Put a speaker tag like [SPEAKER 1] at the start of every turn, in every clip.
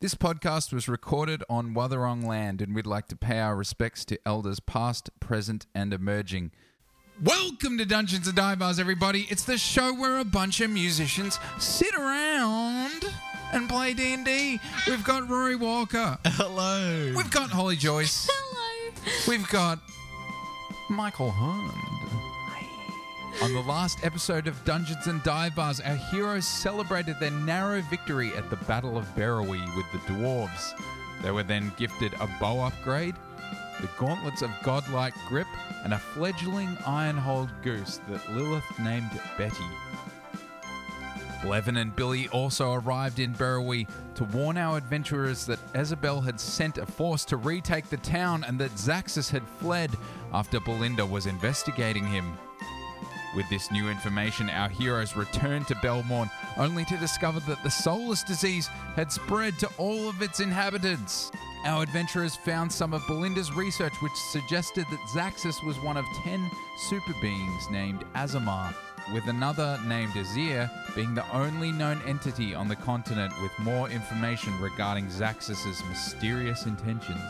[SPEAKER 1] This podcast was recorded on Wutherong land, and we'd like to pay our respects to elders past, present, and emerging. Welcome to Dungeons and Divers, everybody. It's the show where a bunch of musicians sit around and play D and D. We've got Rory Walker.
[SPEAKER 2] Hello.
[SPEAKER 1] We've got Holly Joyce.
[SPEAKER 3] Hello.
[SPEAKER 1] We've got Michael Hund. On the last episode of Dungeons and Divers, our heroes celebrated their narrow victory at the Battle of Beroe with the dwarves. They were then gifted a bow upgrade, the gauntlets of godlike grip, and a fledgling iron-holed goose that Lilith named Betty. Levin and Billy also arrived in Beroe to warn our adventurers that Isabel had sent a force to retake the town and that Zaxis had fled after Belinda was investigating him. With this new information, our heroes returned to Belmorn, only to discover that the soulless disease had spread to all of its inhabitants. Our adventurers found some of Belinda's research, which suggested that Zaxis was one of ten super beings named Azamar, with another named Azir being the only known entity on the continent with more information regarding Zaxis's mysterious intentions.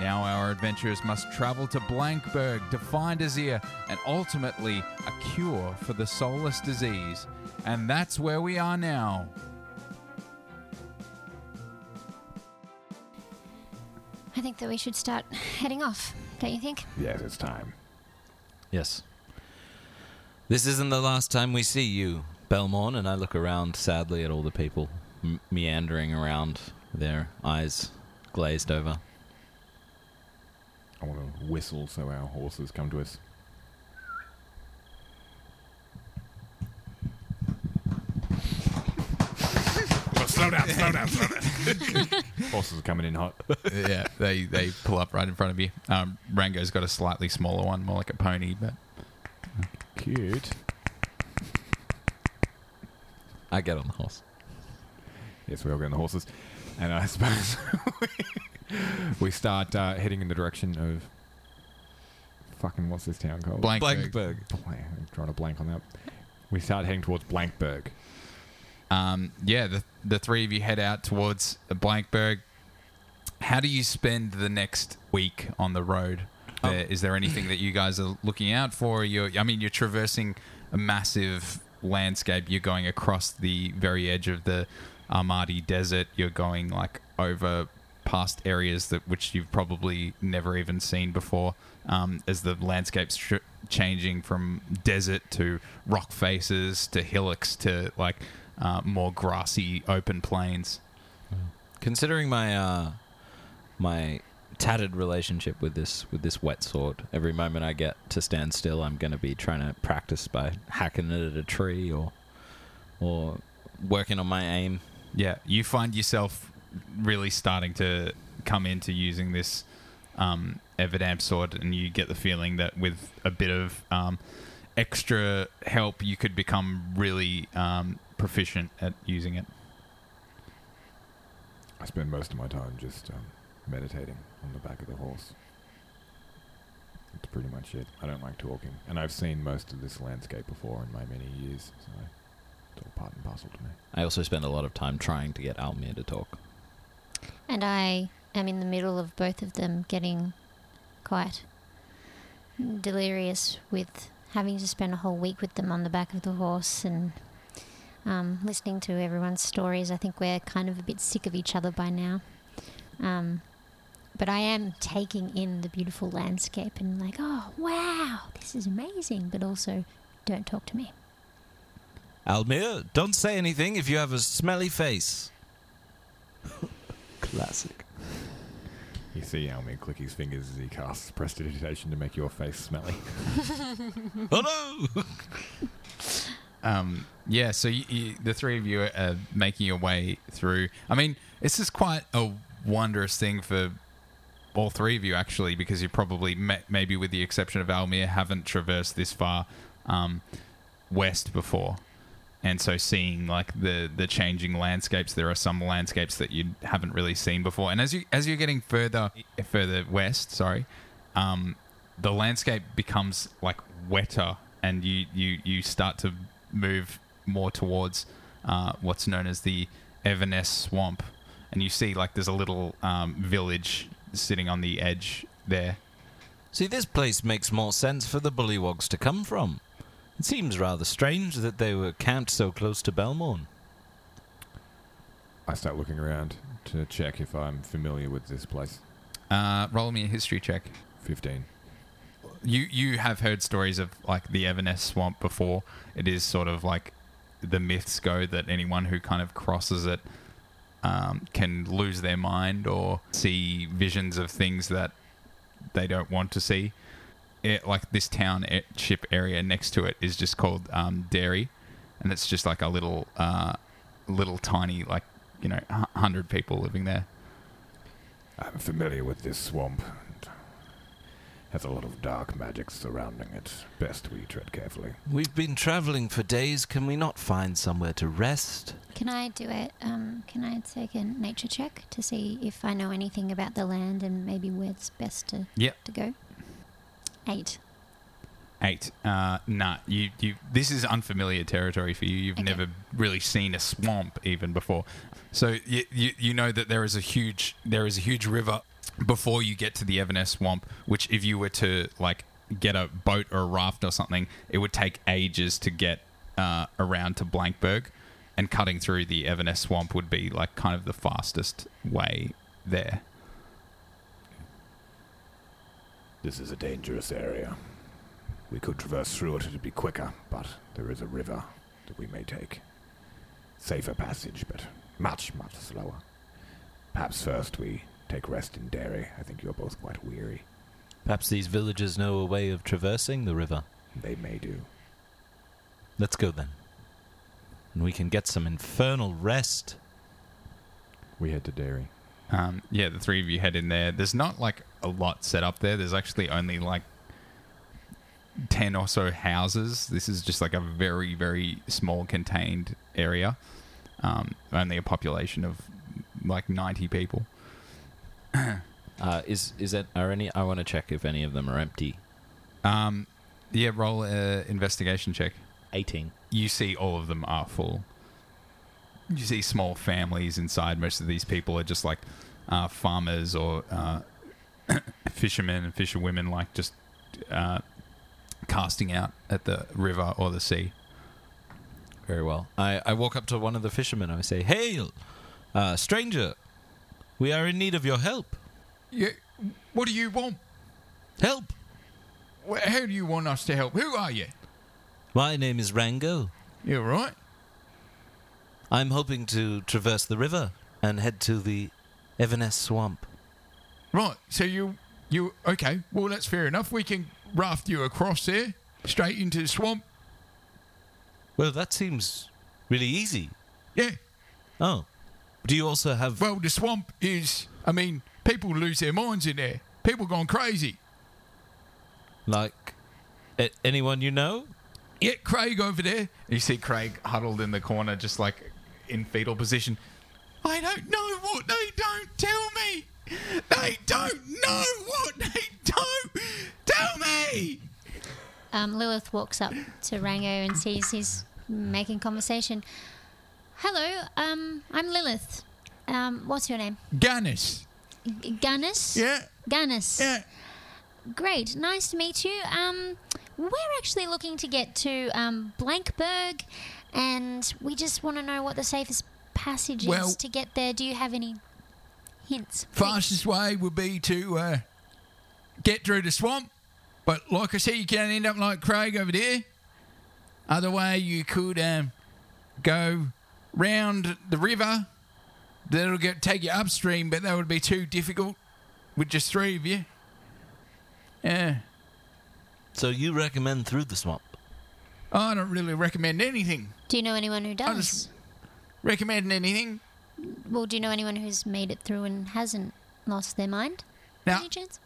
[SPEAKER 1] Now our adventurers must travel to Blankberg to find Azir and ultimately a cure for the soulless disease. And that's where we are now.
[SPEAKER 3] I think that we should start heading off, don't you think?
[SPEAKER 4] Yes, it's time.
[SPEAKER 2] Yes. This isn't the last time we see you, Belmorn, and I look around sadly at all the people m- meandering around, their eyes glazed over.
[SPEAKER 4] I want to whistle so our horses come to us. slow down, slow down, slow down. horses are coming in hot.
[SPEAKER 1] yeah, they, they pull up right in front of you. Um, Rango's got a slightly smaller one, more like a pony, but
[SPEAKER 4] Cute.
[SPEAKER 2] I get on the horse.
[SPEAKER 4] Yes, we all get on the horses. And I suppose we start uh, heading in the direction of. Fucking, what's this town called?
[SPEAKER 1] Blankberg.
[SPEAKER 4] Blank. I'm drawing a blank on that. We start heading towards Blankberg.
[SPEAKER 1] Um, yeah, the, the three of you head out towards Blankberg. How do you spend the next week on the road? There, is there anything that you guys are looking out for? You're, I mean, you're traversing a massive landscape. You're going across the very edge of the Armadi Desert. You're going like over past areas that which you've probably never even seen before. Um, as the landscape's tr- changing from desert to rock faces to hillocks to like uh, more grassy open plains.
[SPEAKER 2] Considering my uh, my tattered relationship with this with this wet sword, every moment I get to stand still, I'm going to be trying to practice by hacking it at a tree or or working on my aim.
[SPEAKER 1] Yeah, you find yourself really starting to come into using this um, Everdamp sword, and you get the feeling that with a bit of um, extra help, you could become really um, proficient at using it.
[SPEAKER 4] I spend most of my time just um, meditating on the back of the horse. That's pretty much it. I don't like talking, and I've seen most of this landscape before in my many years, so it's all part and parcel to me.
[SPEAKER 2] I also spend a lot of time trying to get Almir to talk.
[SPEAKER 3] And I am in the middle of both of them getting quite delirious with having to spend a whole week with them on the back of the horse and um, listening to everyone's stories. I think we're kind of a bit sick of each other by now. Um, but I am taking in the beautiful landscape and like, oh, wow, this is amazing. But also, don't talk to me.
[SPEAKER 2] Almir, don't say anything if you have a smelly face. Classic.
[SPEAKER 4] You see Almir click his fingers as he casts prestidigitation to make your face smelly.
[SPEAKER 2] Oh no!
[SPEAKER 1] Um, yeah, so you, you, the three of you are uh, making your way through. I mean, this is quite a wondrous thing for all three of you, actually, because you probably, ma- maybe with the exception of Almir, haven't traversed this far um, west before. And so seeing like the the changing landscapes, there are some landscapes that you haven't really seen before. And as you as you're getting further further west, sorry, um, the landscape becomes like wetter and you, you, you start to move more towards uh, what's known as the Everness Swamp. and you see like there's a little um, village sitting on the edge there.
[SPEAKER 2] See, this place makes more sense for the bullywogs to come from. It seems rather strange that they were camped so close to Belmorn.
[SPEAKER 4] I start looking around to check if I'm familiar with this place.
[SPEAKER 1] Uh, roll me a history check.
[SPEAKER 4] 15.
[SPEAKER 1] You you have heard stories of like the Everness swamp before. It is sort of like the myths go that anyone who kind of crosses it um, can lose their mind or see visions of things that they don't want to see. It, like this town e- ship area next to it is just called um, Dairy, and it's just like a little uh, little tiny like you know h- hundred people living there.
[SPEAKER 4] I'm familiar with this swamp. It has a lot of dark magic surrounding it. Best we tread carefully.
[SPEAKER 2] We've been traveling for days. Can we not find somewhere to rest?
[SPEAKER 3] Can I do it? Um, can I take a nature check to see if I know anything about the land and maybe where it's best to,
[SPEAKER 1] Yep.
[SPEAKER 3] to go? Eight.
[SPEAKER 1] Eight. Uh, nah, you, you. This is unfamiliar territory for you. You've
[SPEAKER 3] Okay.
[SPEAKER 1] never really seen a swamp even before, so you, you you know that there is a huge there is a huge river before you get to the Everness swamp, which if you were to like get a boat or a raft or something, it would take ages to get uh, around to Blankberg, and cutting through the Everness swamp would be like kind of the fastest way there.
[SPEAKER 4] This is a dangerous area. We could traverse through it, it'd be quicker, but there is a river that we may take. Safer passage, but much, much slower. Perhaps first we take rest in Derry. I think you're both quite weary.
[SPEAKER 2] Perhaps these villagers know a way of traversing the river.
[SPEAKER 4] They may do.
[SPEAKER 2] Let's go then. And we can get some infernal rest.
[SPEAKER 4] We head to Derry.
[SPEAKER 1] Um, yeah, the three of you head in there. There's not like a lot set up there. There's actually only like 10 or so houses. This is just like a very, very small contained area. Um, only a population of like 90 people.
[SPEAKER 2] Uh, is is it are any? I want to check if any of them are empty.
[SPEAKER 1] Um, yeah, roll a investigation check.
[SPEAKER 2] Eighteen.
[SPEAKER 1] You see all of them are full. You see small families inside. Most of these people are just like uh, farmers or uh, fishermen and fisherwomen, like just uh, casting out at the river or the sea.
[SPEAKER 2] Very well. I, I walk up to one of the fishermen. I say, "Hail, uh, stranger! We are in need of your help.
[SPEAKER 1] Yeah, what do you want?
[SPEAKER 2] Help!
[SPEAKER 1] How do you want us to help? Who are you?
[SPEAKER 2] My name is Rango.
[SPEAKER 1] You all right?
[SPEAKER 2] I'm hoping to traverse the river and head to the Evaness Swamp.
[SPEAKER 1] Right. So you you okay? Well, that's fair enough. We can raft you across there, straight into the swamp.
[SPEAKER 2] Well, that seems really easy.
[SPEAKER 1] Yeah.
[SPEAKER 2] Oh, do you also have?
[SPEAKER 1] Well, the swamp is. I mean, people lose their minds in there. People gone crazy.
[SPEAKER 2] Like a- anyone you know?
[SPEAKER 1] Yeah, Craig over there. You see Craig huddled in the corner, just like in fetal position. I don't know what they don't tell me. They don't know what they don't tell me.
[SPEAKER 3] Um, Lilith walks up to Rango and sees he's making conversation. Hello, um, I'm Lilith. Um, what's your name?
[SPEAKER 1] Gannis.
[SPEAKER 3] G- Gannis?
[SPEAKER 1] Yeah,
[SPEAKER 3] Gannis.
[SPEAKER 1] yeah.
[SPEAKER 3] Great, nice to meet you. Um, we're actually looking to get to um, Blankberg, and we just want to know what the safest passage
[SPEAKER 1] Well-
[SPEAKER 3] is to get there. Do you have any hints?
[SPEAKER 1] Fastest way would be to uh, get through the swamp. But like I say, you can end up like Craig over there. Other way, you could um, go round the river. That'll get take you upstream, but that would be too difficult with just three of you. Yeah,
[SPEAKER 2] So you recommend through the swamp?
[SPEAKER 1] I don't really recommend anything.
[SPEAKER 3] Do you know anyone who
[SPEAKER 1] I
[SPEAKER 3] does?
[SPEAKER 1] just recommend anything.
[SPEAKER 3] Well, do you know anyone who's made it through and hasn't lost their mind?
[SPEAKER 1] Now,
[SPEAKER 3] Any chance?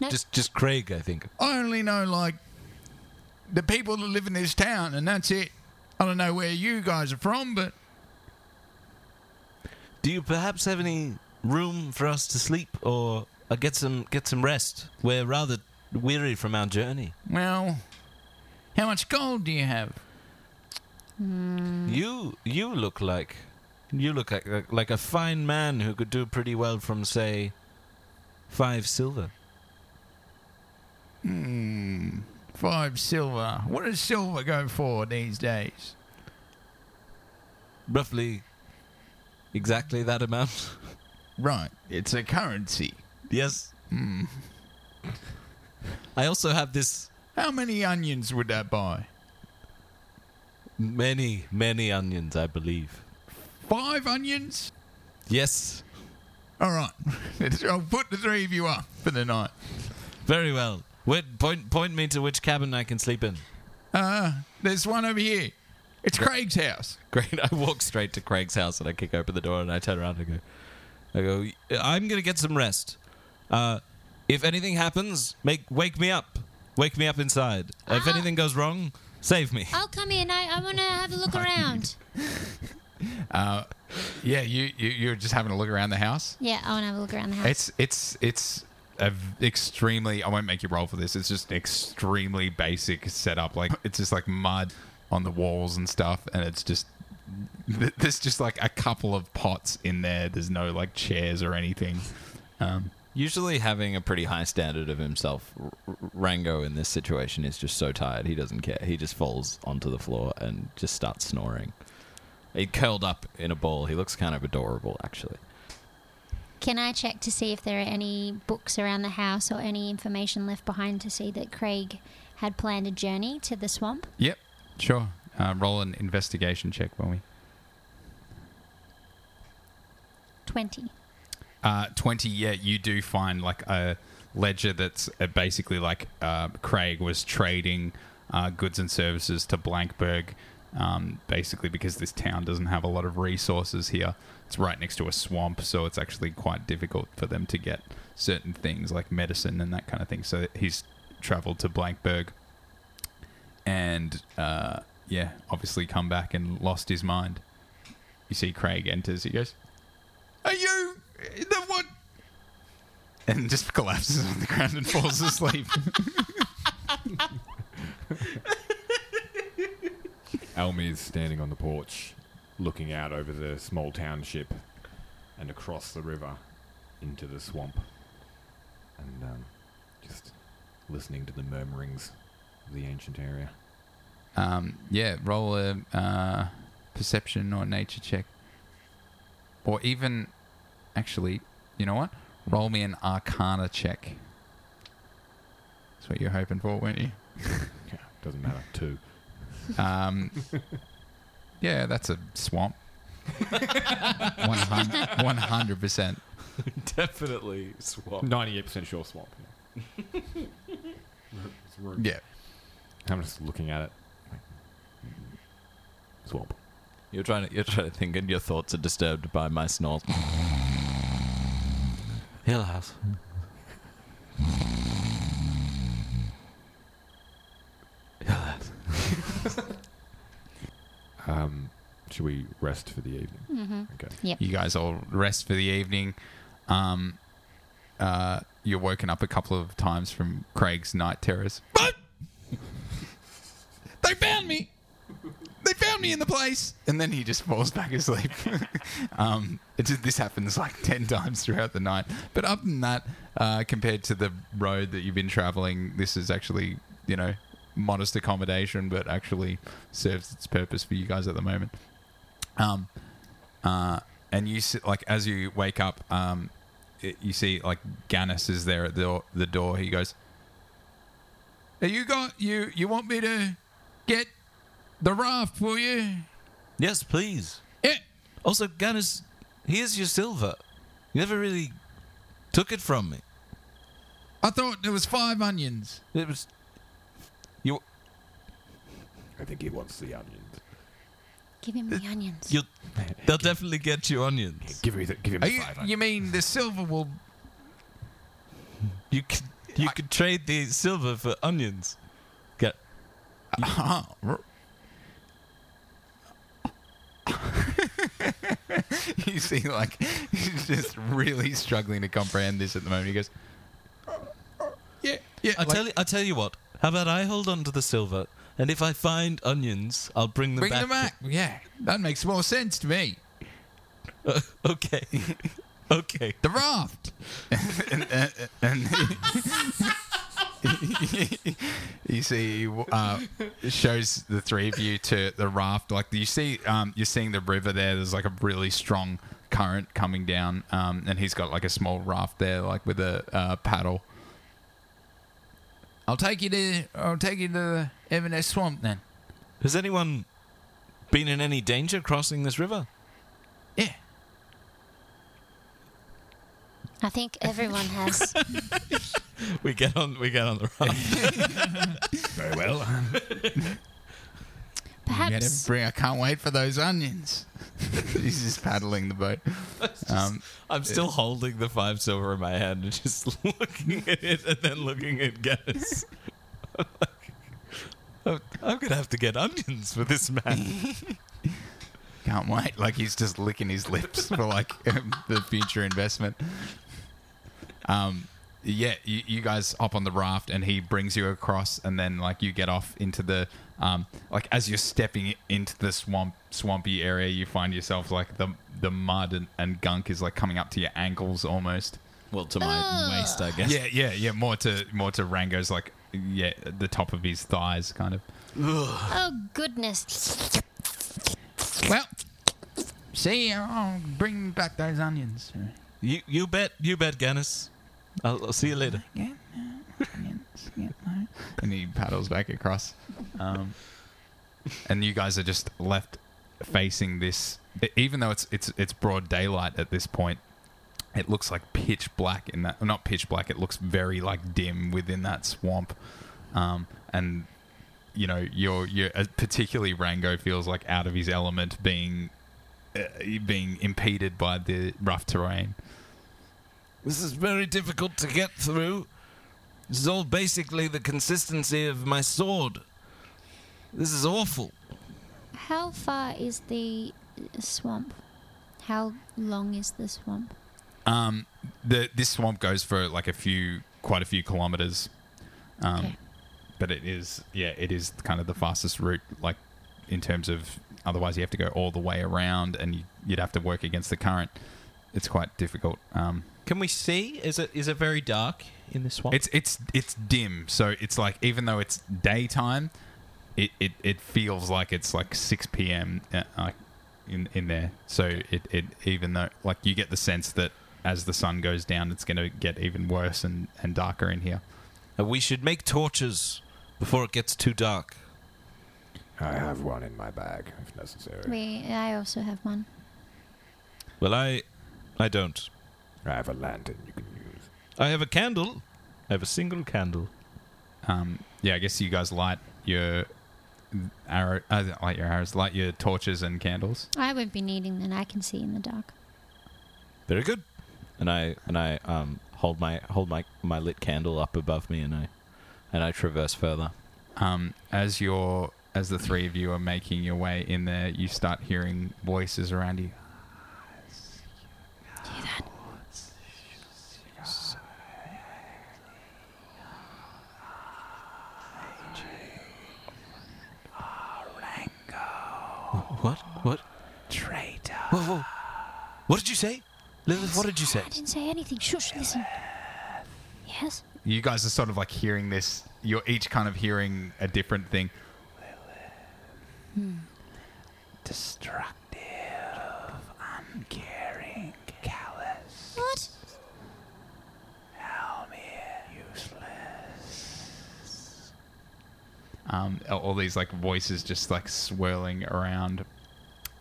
[SPEAKER 3] No.
[SPEAKER 2] Just just Craig, I think.
[SPEAKER 1] I only know like the people that live in this town, and that's it. I don't know where you guys are from, but
[SPEAKER 2] Do you perhaps have any room for us to sleep or uh, get some get some rest? We're rather weary from our journey.
[SPEAKER 1] well, how much gold do you have?
[SPEAKER 2] You you look like You look like, like, like a fine man who could do pretty well from, say, five silver.
[SPEAKER 5] Hmm. Five silver. What does silver go for these days?
[SPEAKER 2] Roughly exactly that amount.
[SPEAKER 5] Right. It's a currency.
[SPEAKER 2] yes.
[SPEAKER 5] Hmm.
[SPEAKER 2] I also have this
[SPEAKER 5] How many onions would that buy?
[SPEAKER 2] many, many onions, I believe.
[SPEAKER 5] Five onions?
[SPEAKER 2] Yes.
[SPEAKER 5] All right. I'll put the three of you up for the night.
[SPEAKER 2] Very well. Wait, point, point me to which cabin I can sleep in.
[SPEAKER 5] Uh, there's one over here. It's Craig's house.
[SPEAKER 2] Great. I walk straight to Craig's house and I kick open the door and I turn around and I go, I go, I'm going to get some rest. Uh, if anything happens, make wake me up. Wake me up inside. If
[SPEAKER 3] Ah.
[SPEAKER 2] anything goes wrong, save me.
[SPEAKER 3] I'll come in. I, I want to have a look around.
[SPEAKER 1] Yeah, you, you you're just having a look around the house.
[SPEAKER 3] Yeah, I want to have a look around the house.
[SPEAKER 1] It's it's it's a v- extremely. I won't make you roll for this. It's just extremely basic setup. Like it's just like mud on the walls and stuff, and it's just th- there's just like a couple of pots in there. There's no like chairs or anything. Um,
[SPEAKER 2] Usually, having a pretty high standard of himself, R- R- Rango in this situation is just so tired he doesn't care. He just falls onto the floor and just starts snoring. He curled up in a ball. He looks kind of adorable, actually.
[SPEAKER 3] Can I check to see if there are any books around the house or any information left behind to see that Craig had planned a journey to the swamp?
[SPEAKER 1] yep, sure. Uh, roll an investigation check, will we?
[SPEAKER 3] 20.
[SPEAKER 1] Uh, 20, yeah, you do find like a ledger that's uh, basically like uh, Craig was trading uh, goods and services to Blankberg, um, basically because this town doesn't have a lot of resources here. It's right next to a swamp, so it's actually quite difficult for them to get certain things like medicine and that kind of thing. So he's traveled to Blankberg and, uh, yeah, obviously come back and lost his mind. You see Craig enters, he goes, are you the what? And just collapses on the ground and falls asleep.
[SPEAKER 4] Elmi is standing on the porch, looking out over the small township and across the river into the swamp, and um, just listening to the murmurings of the ancient area.
[SPEAKER 1] um, yeah, roll a uh, perception or nature check, or even actually, you know what? Roll me an Arcana check. That's what you're hoping for, weren't you?
[SPEAKER 4] Yeah, doesn't matter. Two.
[SPEAKER 1] Um, yeah, that's a swamp. One hun- 100%.
[SPEAKER 2] Definitely swap.
[SPEAKER 4] Ninety-eight percent sure swamp. Yeah. It's rude.
[SPEAKER 1] Yeah.
[SPEAKER 4] I'm just looking at it. Swamp.
[SPEAKER 2] You're trying to you're trying to think, and your thoughts are disturbed by my snort. Hill house.
[SPEAKER 4] Um, should we rest for the evening?
[SPEAKER 3] Mm-hmm.
[SPEAKER 4] Okay.
[SPEAKER 1] you guys all rest for the evening. Um, uh, you're woken up a couple of times from Craig's night terrors. But they found me. They found me in the place, and then he just falls back asleep. um, it just, this happens like ten times throughout the night. But other than that, uh, compared to the road that you've been traveling, this is actually you know modest accommodation, but actually serves its purpose for you guys at the moment. Um, uh, and you see, like as you wake up, um, it, you see like Gannis is there at the the door. He goes, "Hey, you got you you want me to get the raft? Will you?
[SPEAKER 2] Yes, please.
[SPEAKER 1] Yeah,
[SPEAKER 2] Also, Gannis, here's your silver. You never really took it from me.
[SPEAKER 1] I thought there was five onions.
[SPEAKER 2] It was
[SPEAKER 4] I think he wants the onions.
[SPEAKER 3] Give him the onions.
[SPEAKER 2] you. They'll definitely get you onions.
[SPEAKER 4] Give me the, give him
[SPEAKER 1] Are you,
[SPEAKER 4] five
[SPEAKER 1] you mean the silver will?
[SPEAKER 2] You could you could trade the silver for onions. Get
[SPEAKER 1] Uh-huh. you see, like he's just really struggling to comprehend this at the moment. He goes, "Yeah, yeah."
[SPEAKER 2] I
[SPEAKER 1] like-
[SPEAKER 2] tell you, I tell you what. How about I hold on to the silver, and if I find onions, I'll bring them
[SPEAKER 1] Bring
[SPEAKER 2] back.
[SPEAKER 1] them back. Yeah, that makes more sense to me.
[SPEAKER 2] okay. okay.
[SPEAKER 1] The raft. you see, uh, it shows the three of you to the raft. Like you see, um, you're seeing the river there. There's like a really strong current coming down, um, and he's got like a small raft there, like with a uh, paddle. I'll take you to. I'll take you to the Everness Swamp then.
[SPEAKER 2] Has anyone been in any danger crossing this river?
[SPEAKER 1] Yeah.
[SPEAKER 3] I think everyone has.
[SPEAKER 2] We get on. We get on the raft.
[SPEAKER 4] Very well.
[SPEAKER 3] Perhaps
[SPEAKER 1] bring. I can't wait for those onions. he's just paddling the boat. Um,
[SPEAKER 2] I'm still holding the five silver in my hand and just looking at it and then looking at Guinness. I'm, I'm gonna have to get onions for this man.
[SPEAKER 1] Can't wait. Like he's just licking his lips for like um, the future investment. Um, yeah, you, you guys hop on the raft and he brings you across, and then like you get off into the um, like as you're stepping into the swamp swampy area, you find yourself like the the mud and, and gunk is like coming up to your ankles almost.
[SPEAKER 2] well, to my waist, I guess.
[SPEAKER 1] Yeah, yeah, yeah. More to more to Rango's like yeah, the top of his thighs kind of.
[SPEAKER 3] Oh goodness!
[SPEAKER 1] Well, see, I'll bring back those onions.
[SPEAKER 2] You you bet you bet, Guinness. I'll, I'll see you later.
[SPEAKER 1] and he paddles back across. Um, and you guys are just left facing this. e, Even though it's it's it's broad daylight at this point, it looks like pitch black in that. Not pitch black. It looks very like dim within that swamp, um, and you know you're you're uh, particularly Rango feels like out of his element, being uh, being impeded by the rough terrain.
[SPEAKER 2] This is very difficult to get through. This is all basically the consistency of my sword. This is awful.
[SPEAKER 3] How far is the swamp? How long is the swamp?
[SPEAKER 1] Um, the this swamp goes for like a few, quite a few kilometers, um,
[SPEAKER 3] Okay.
[SPEAKER 1] but it is yeah, it is kind of the fastest route. Like in terms of otherwise, you have to go all the way around, and you, you'd have to work against the current. It's quite difficult. Um,
[SPEAKER 2] Can we see? Is it is it very dark in the swamp?
[SPEAKER 1] it's it's it's dim, so it's like even though it's daytime, it, it, it feels like it's like six p.m. uh, like in in there. So it, it even though like you get the sense that as the sun goes down, it's going to get even worse and, and darker in here.
[SPEAKER 2] Uh, we should make torches before it gets too dark.
[SPEAKER 4] I have one in my bag if necessary.
[SPEAKER 3] We, I also have one.
[SPEAKER 2] Well, I I don't.
[SPEAKER 4] I have a lantern you can use.
[SPEAKER 2] I have a candle. I have a single candle.
[SPEAKER 1] Um, yeah, I guess you guys light your arrow, uh, light your arrows, light your torches and candles.
[SPEAKER 3] I won't be needing that. I can see in the dark.
[SPEAKER 2] Very good. And I and I um hold my hold my my lit candle up above me and I and I traverse further.
[SPEAKER 1] Um, as your as the three of you are making your way in there, you start hearing voices around you.
[SPEAKER 2] What? What? Traitor. Whoa, whoa. What did you say? Lilith, what did you say?
[SPEAKER 3] I didn't say anything. Shush! Listen. Yes.
[SPEAKER 1] you guys are sort of like hearing this. You're each kind of hearing a different thing.
[SPEAKER 3] What?
[SPEAKER 1] Um, all these like voices just like swirling around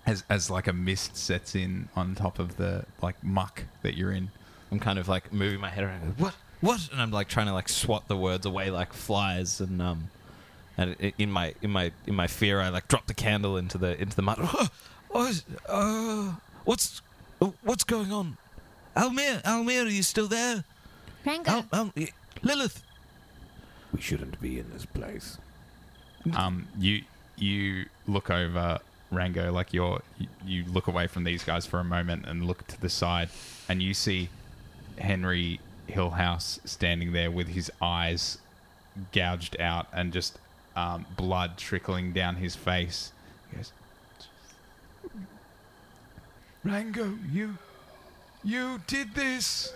[SPEAKER 1] as as like a mist sets in on top of the like muck that you're in.
[SPEAKER 2] I'm kind of like moving my head around. What? What? And I'm like trying to like swat the words away like flies, and um, and i- in my in my in my fear, I like drop the candle into the into the mud. What is- uh, what's uh, what's going on? Almir, Almir, are you still there?
[SPEAKER 3] Rango.
[SPEAKER 2] Al, Al, y- Lilith.
[SPEAKER 4] We shouldn't be in this place.
[SPEAKER 1] Um, you you look over Rango like you're you- you look away from these guys for a moment and look to the side, and you see Henry Hillhouse standing there with his eyes gouged out and just um, blood trickling down his face. He goes, Rango, you. You did this!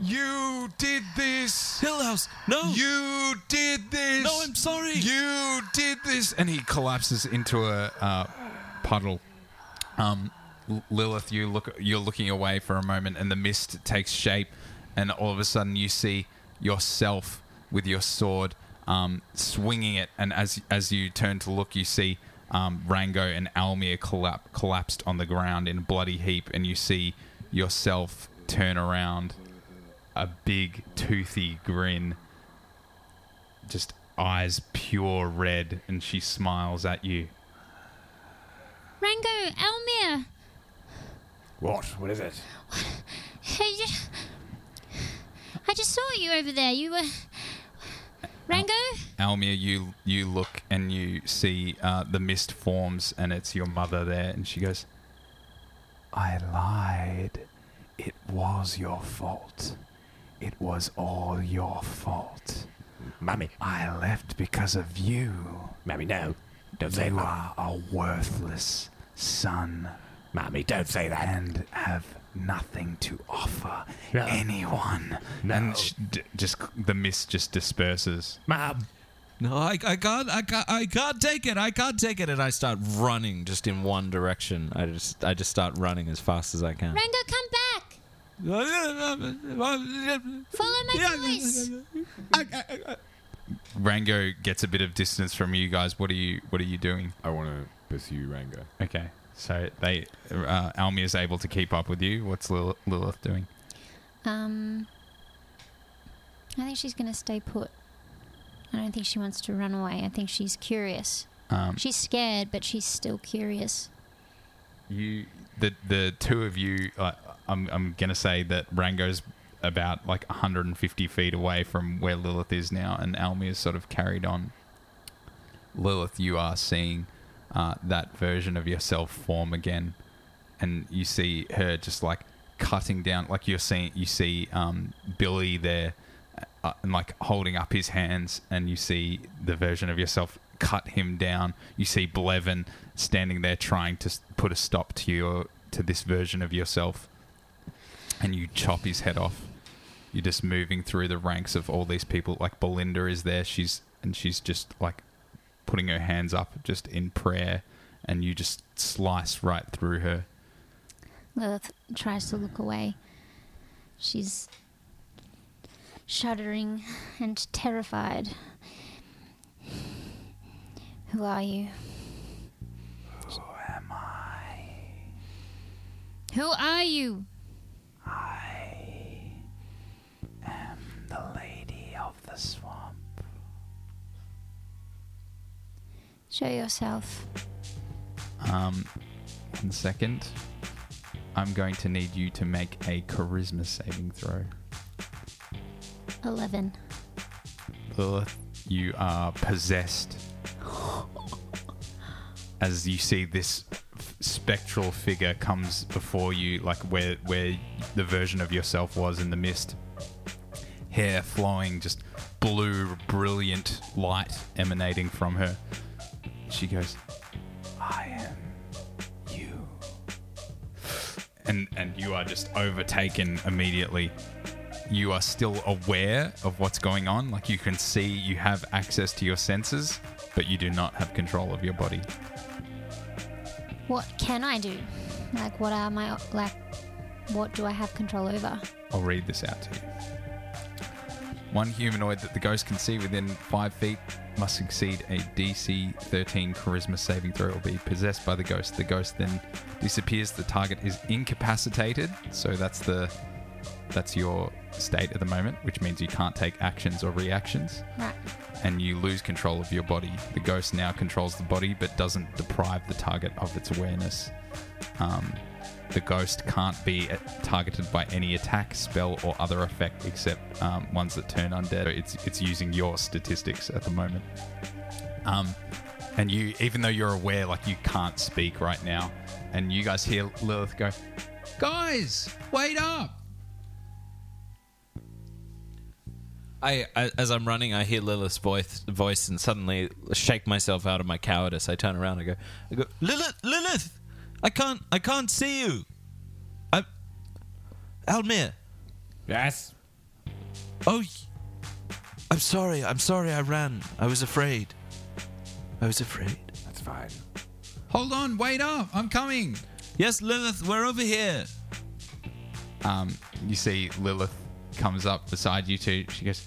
[SPEAKER 1] You did this!
[SPEAKER 2] Hill House, no,
[SPEAKER 1] You did this!
[SPEAKER 2] no, I'm sorry.
[SPEAKER 1] You did this, and he collapses into a uh, puddle. Um, L- Lilith, you look. You're looking away for a moment, and the mist takes shape, and all of a sudden you see yourself with your sword, um, swinging it. And as as you turn to look, you see um, Rango and Almir collap- collapsed on the ground in a bloody heap, and you see yourself turn around, a big toothy grin just eyes pure red and she smiles at you.
[SPEAKER 3] Rango, Elmir,
[SPEAKER 4] What? What is it?
[SPEAKER 3] I just, I just saw you over there. You were. Rango?
[SPEAKER 1] Almir, you you look and you see uh, the mist forms and it's your mother there and she goes,
[SPEAKER 6] I lied. It was your fault. It was all your fault.
[SPEAKER 7] Mummy,
[SPEAKER 6] I left because of you.
[SPEAKER 7] mummy, no. Don't say
[SPEAKER 6] You
[SPEAKER 7] that.
[SPEAKER 6] are a worthless son
[SPEAKER 7] Mummy, don't say that.
[SPEAKER 6] and have nothing to offer
[SPEAKER 7] No.
[SPEAKER 6] anyone.
[SPEAKER 7] No.
[SPEAKER 1] and sh d- just the mist just disperses.
[SPEAKER 7] Mum.
[SPEAKER 2] No, I, I can't, I can't, I can't take it. I can't take it, and I start running just in one direction. I just, I just start running as fast as I can.
[SPEAKER 3] Rango, come back! Follow my voice!
[SPEAKER 1] Rango gets a bit of distance from you guys. What are you What are you doing?
[SPEAKER 4] I want to pursue Rango.
[SPEAKER 1] Okay, so they uh, Almir is able to keep up with you. What's Lil- Lilith doing?
[SPEAKER 3] Um, I think she's going to stay put. I don't think she wants to run away. I think she's curious.
[SPEAKER 1] Um,
[SPEAKER 3] She's scared, but she's still curious.
[SPEAKER 1] you the the two of you uh, I'm, I'm gonna say that rango's about like 150 feet away from where lilith is now and almi is sort of carried on lilith you are seeing uh, that version of yourself form again and you see her just like cutting down like you're seeing you see um, billy there uh, and like holding up his hands and you see the version of yourself cut him down you see blevin standing there trying to s- put a stop to your to this version of yourself and you chop his head off you're just moving through the ranks of all these people like belinda is there she's and she's just like putting her hands up just in prayer and you just slice right through her
[SPEAKER 3] Lilith tries to look away. She's shuddering and terrified. Who are you? Who am I? Who are you?
[SPEAKER 6] The lady of the swamp.
[SPEAKER 3] Show yourself.
[SPEAKER 1] um one second i'm going to need you to make a charisma saving throw
[SPEAKER 3] 11.
[SPEAKER 1] Lilith, you are possessed. As you see this f- spectral figure comes before you, like where where the version of yourself was in the mist, hair flowing, just blue, brilliant light emanating from her. She goes,
[SPEAKER 6] I am you.
[SPEAKER 1] and and you are just overtaken immediately. You are still aware of what's going on, like you can see, you have access to your senses, but you do not have control of your body.
[SPEAKER 3] What can I do? Like, what are my. Like, what do I have control over?
[SPEAKER 1] I'll read this out to you. One humanoid that the ghost can see within five feet must succeed a DC 13 charisma saving throw or be possessed by the ghost. The ghost then disappears. The target is incapacitated, so that's the that's your state at the moment, which means you can't take actions or reactions,
[SPEAKER 3] Right.
[SPEAKER 1] and you lose control of your body. The ghost now controls the body, but doesn't deprive the target of its awareness. Um, the ghost can't be uh, targeted by any attack, spell, or other effect except um, ones that turn undead. It's it's using your statistics at the moment. Um, and you, even though you're aware, like you can't speak right now, and you guys hear Lilith go, "Guys, wait up!"
[SPEAKER 2] I, I, as I'm running, I hear Lilith's voice, voice, and suddenly shake myself out of my cowardice. I turn around, I go, I go, Lilith, Lilith, I can't, I can't see you. Almir.
[SPEAKER 4] Yes.
[SPEAKER 2] Oh, y- I'm sorry. I'm sorry. I ran. I was afraid. I was afraid.
[SPEAKER 4] That's fine.
[SPEAKER 1] Hold on, wait up, I'm coming.
[SPEAKER 2] Yes, Lilith, we're over here.
[SPEAKER 1] Um, you see Lilith comes up beside you two. She goes,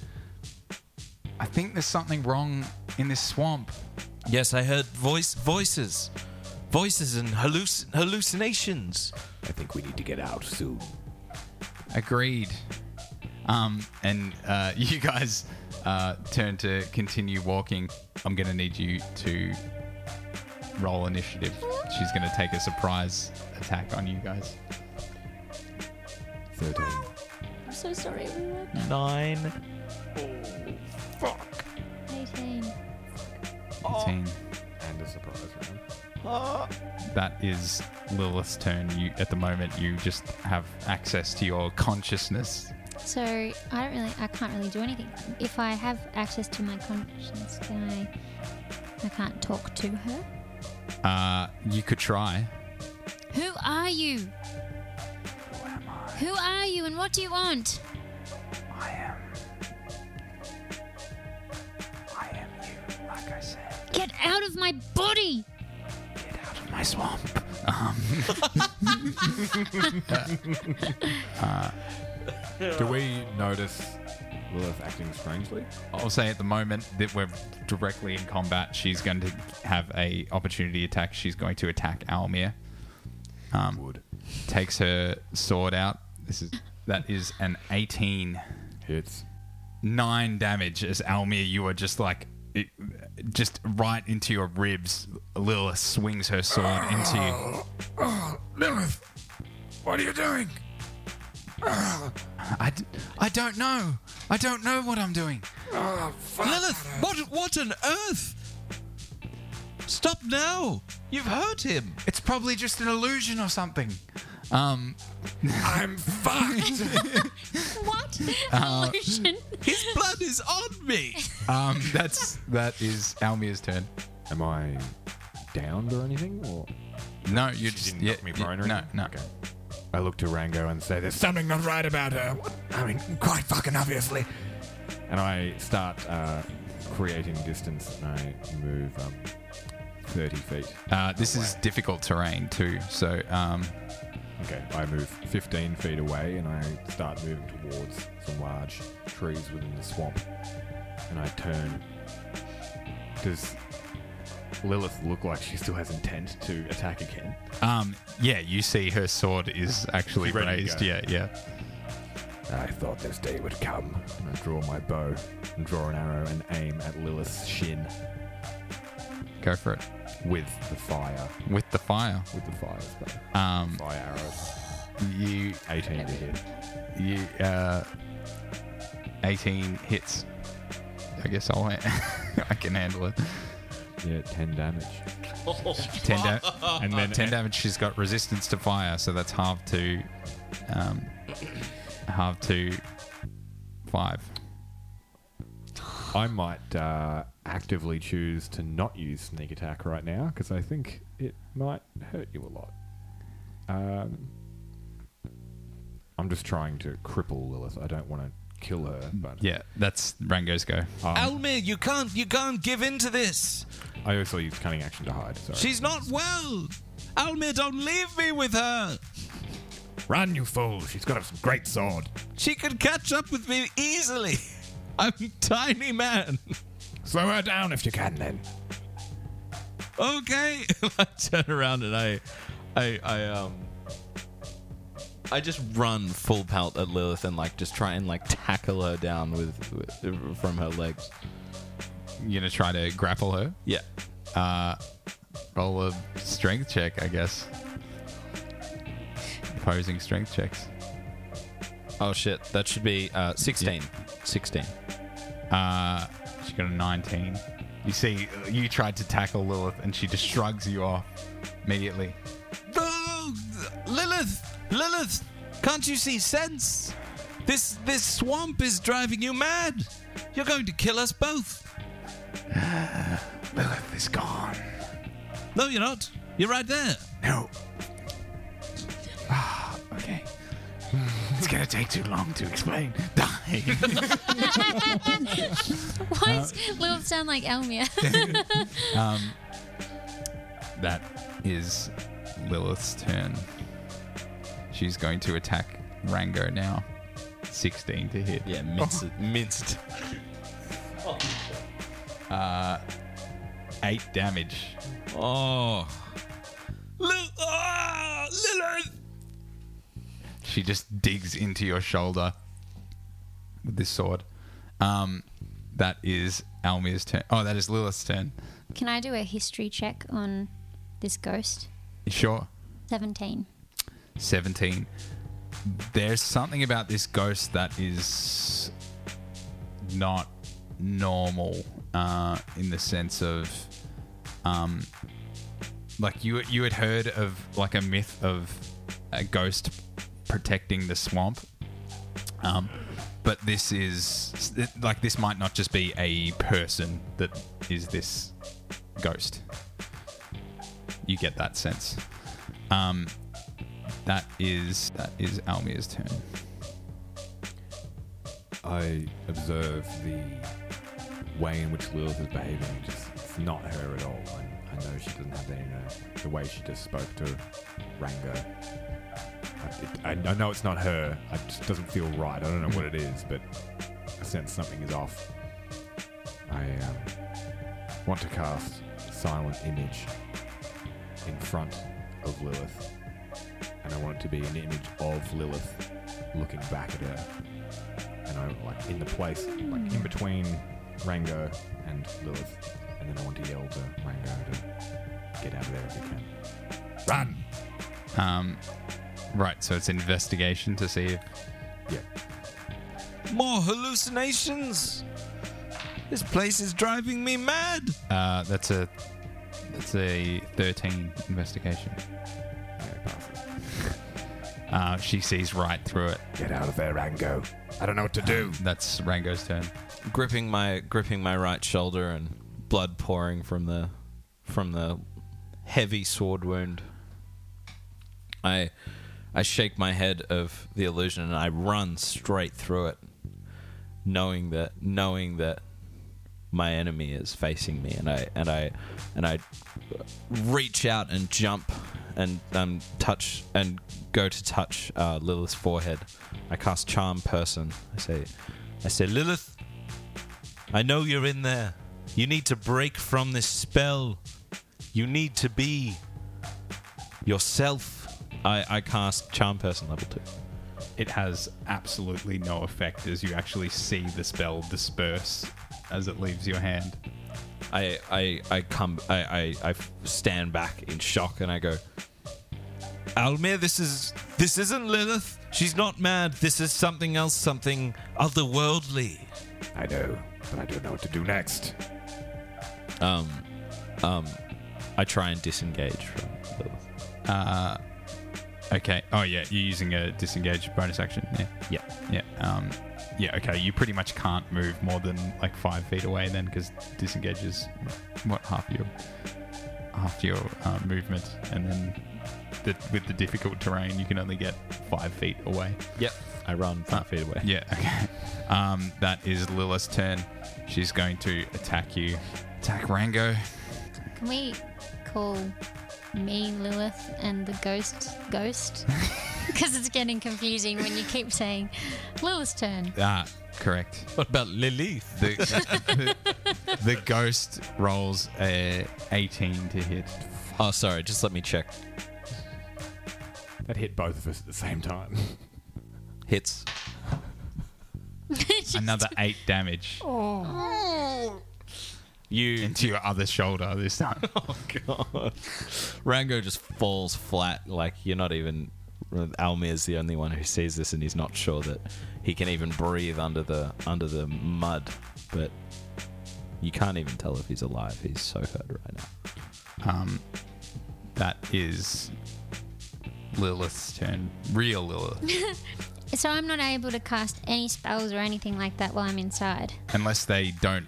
[SPEAKER 1] I think there's something wrong in this swamp.
[SPEAKER 2] Yes, I heard voice voices, voices and halluc- hallucinations.
[SPEAKER 7] I think we need to get out soon.
[SPEAKER 1] Agreed. Um, and uh, you guys uh, turn to continue walking. I'm going to need you to roll initiative. She's going to take a surprise attack on you guys.
[SPEAKER 4] Thirteen.
[SPEAKER 3] I'm so sorry, everyone.
[SPEAKER 2] Nine.
[SPEAKER 3] 18.
[SPEAKER 6] Oh.
[SPEAKER 1] 18.
[SPEAKER 4] And a surprise round.
[SPEAKER 1] That is Lilith's turn. You at the moment you just have access to your consciousness.
[SPEAKER 3] So I don't really, I can't really do anything. If I have access to my conscience, can I? I can't talk to her.
[SPEAKER 1] Uh, you could try.
[SPEAKER 3] Who are you? Who are you, and what do you want?
[SPEAKER 6] I am. I am you, like I said.
[SPEAKER 3] Get out of my body!
[SPEAKER 6] Get out of my swamp.
[SPEAKER 4] Do we notice Lilith acting strangely?
[SPEAKER 1] I'll say at the moment that we're directly in combat. She's going to have a opportunity attack. She's going to attack Almir. Um,
[SPEAKER 4] Would.
[SPEAKER 1] Takes her sword out. This is that is an 18,
[SPEAKER 4] Hits.
[SPEAKER 1] nine damage as Almir. You are just like it, just right into your ribs. Lilith swings her sword into
[SPEAKER 6] Oh.
[SPEAKER 1] you.
[SPEAKER 5] Lilith, what are you doing?
[SPEAKER 1] I, d- I don't know. I don't know what I'm doing. Oh,
[SPEAKER 2] Lilith, what what on earth? Stop now! You've hurt him.
[SPEAKER 1] It's probably just an illusion or something. Um,
[SPEAKER 5] I'm fucked.
[SPEAKER 3] What? Illusion.
[SPEAKER 2] His blood is on me.
[SPEAKER 1] um, that's that is Almir's turn.
[SPEAKER 4] Am I downed or anything? Or
[SPEAKER 1] No, you just
[SPEAKER 4] didn't knock me prone or
[SPEAKER 1] No,
[SPEAKER 4] anything?
[SPEAKER 1] no.
[SPEAKER 4] I look to Rango and say this,
[SPEAKER 5] Something not right about her. What? I mean, quite fucking obviously.
[SPEAKER 4] and I start uh, creating distance. And I move um, thirty feet.
[SPEAKER 1] Uh, this is difficult terrain too, so um,
[SPEAKER 4] Okay, I move fifteen feet away, and I start moving towards some large trees within the swamp. And I turn. Does Lilith look like she still has intent to attack again?
[SPEAKER 1] um, yeah, you see her sword is actually
[SPEAKER 4] Ready to
[SPEAKER 1] raised.
[SPEAKER 4] go.
[SPEAKER 1] Yeah, yeah.
[SPEAKER 4] I thought this day would come. And I draw my bow, and draw an arrow, and aim at Lilith's shin
[SPEAKER 1] Go for it
[SPEAKER 4] with the fire.
[SPEAKER 1] with the fire.
[SPEAKER 4] With the fire spell.
[SPEAKER 1] Um,
[SPEAKER 4] Fire arrows.
[SPEAKER 1] you
[SPEAKER 4] 18 to hit.
[SPEAKER 1] you uh, eighteen hits. I guess I'll I can handle it.
[SPEAKER 4] Yeah, 10 damage.
[SPEAKER 1] Ten da-
[SPEAKER 4] And then
[SPEAKER 1] ten damage. She's got resistance to fire, so that's half to um, half to five.
[SPEAKER 4] I might uh, actively choose to not use sneak attack right now because I think it might hurt you a lot. Um, I'm just trying to cripple Lilith. I don't want to kill her, but
[SPEAKER 1] Yeah, that's Rango's go.
[SPEAKER 2] Almir, you can't you can't give in to this.
[SPEAKER 4] I also use cunning action to hide. Sorry.
[SPEAKER 2] She's not well. Almir, don't leave me with her.
[SPEAKER 5] Run, you fool. She's got a great sword.
[SPEAKER 2] She could catch up with me easily. I'm a tiny man.
[SPEAKER 5] Slow her down if you can.
[SPEAKER 7] And then
[SPEAKER 2] okay. I turn around and I, I, I, um, I just run full pelt at Lilith and like just try and like tackle her down with, with from her legs.
[SPEAKER 1] You're gonna try to grapple her.
[SPEAKER 2] Yeah.
[SPEAKER 1] Roll a strength check, I guess. Opposing strength checks.
[SPEAKER 2] Oh shit. That should be uh, sixteen. Sixteen.
[SPEAKER 1] Uh, she got a 19. You see, uh, you tried to tackle Lilith, and she just shrugs you off immediately.
[SPEAKER 2] No, Lilith, Lilith, can't you see sense? This this swamp is driving you mad. You're going to kill us both.
[SPEAKER 6] Lilith is gone.
[SPEAKER 2] No, you're not. You're right there.
[SPEAKER 6] No. Ah, okay. It's going to take too long to explain. Die.
[SPEAKER 3] Why does Lil sound like Elmia?
[SPEAKER 1] That is Lilith's turn. She's going to attack Rango now. 16 to hit.
[SPEAKER 2] Yeah, minced. minced.
[SPEAKER 1] Uh, Eight damage.
[SPEAKER 2] Oh. Lil- ah, Lilith!
[SPEAKER 1] She just digs into your shoulder with this sword. Um, that is Almir's turn. Oh, that is Lilith's turn.
[SPEAKER 3] Can I do a history check on this ghost?
[SPEAKER 1] Sure.
[SPEAKER 3] 17.
[SPEAKER 1] 17. There's something about this ghost that is not normal uh, in the sense of, um, like you you had heard of like a myth of a ghost protecting the swamp, um, but this is like this might not just be a person that is this ghost. You get that sense. Um, that is that is Almir's turn.
[SPEAKER 4] I observe the way in which Lilith is behaving. and Just, it's not her at all. I, I know she doesn't have that in her. The way she just spoke to Rango. I, it, I, I know it's not her. It just doesn't feel right. I don't know what it is, but I sense something is off. I um, want to cast Silent Image in front of Lilith. And I want it to be an image of Lilith looking back at her and I'm like in the place, like in between Rango and Lilith, and then I want to yell to Rango to get out of there if he can. Run!
[SPEAKER 1] Um, right, so it's investigation to see if
[SPEAKER 4] Yeah,
[SPEAKER 2] More hallucinations! This place is driving me mad!
[SPEAKER 1] uh, that's a that's a thirteen investigation.
[SPEAKER 4] yeah, pass it.
[SPEAKER 1] Uh, she sees right through it.
[SPEAKER 7] Get out of there, Rango. I don't know what to do.
[SPEAKER 1] That's Rango's turn.
[SPEAKER 2] gripping my gripping my right shoulder and blood pouring from the from the heavy sword wound. I I shake my head of the illusion and I run straight through it, knowing that knowing that my enemy is facing me and I and I and I reach out and jump and um, touch and go to touch uh, Lilith's forehead. I cast charm person. I say I say Lilith, I know you're in there. You need to break from this spell. You need to be yourself. I, I cast Charm Person level 2.
[SPEAKER 1] It has absolutely no effect as you actually see the spell disperse as it leaves your hand.
[SPEAKER 2] I, I, I come, I, I, I stand back in shock and I go, Almir, this is, this isn't Lilith. She's not mad. This is something else, something otherworldly.
[SPEAKER 7] I know, but I don't know what to do next.
[SPEAKER 2] Um, um, I try and disengage from Lilith.
[SPEAKER 1] Okay. Oh yeah, you're using a disengage bonus action. Yeah.
[SPEAKER 2] Yeah.
[SPEAKER 1] Yeah. Um, yeah. Okay. You pretty much can't move more than like five feet away then, because disengage is what half your half your uh, movement, and then the, with the difficult terrain, you can only get five feet away.
[SPEAKER 2] Yep. I run five feet away.
[SPEAKER 1] Yeah. Okay. Um, that is Lilith's turn. She's going to attack you. Attack Rango.
[SPEAKER 3] Can we call me Lilith and the ghost ghost? Because it's getting confusing when you keep saying Lilith's turn.
[SPEAKER 1] Ah, correct.
[SPEAKER 2] What about Lilith?
[SPEAKER 1] The, the, the ghost rolls a 18 to hit.
[SPEAKER 2] Oh, sorry. Just let me check.
[SPEAKER 4] That hit both of us at the same time.
[SPEAKER 2] Hits.
[SPEAKER 3] Just-
[SPEAKER 1] Another eight damage.
[SPEAKER 3] Oh.
[SPEAKER 1] You into your other shoulder this time.
[SPEAKER 2] God. Rango just falls flat. Like, you're not even. Almir's the only one who sees this, and he's not sure that he can even breathe under the under the mud. But you can't even tell if he's alive. He's so hurt right now.
[SPEAKER 1] Um, that is Lilith's turn. Real Lilith,
[SPEAKER 3] so I'm not able to cast any spells or anything like that while I'm inside.
[SPEAKER 1] unless they don't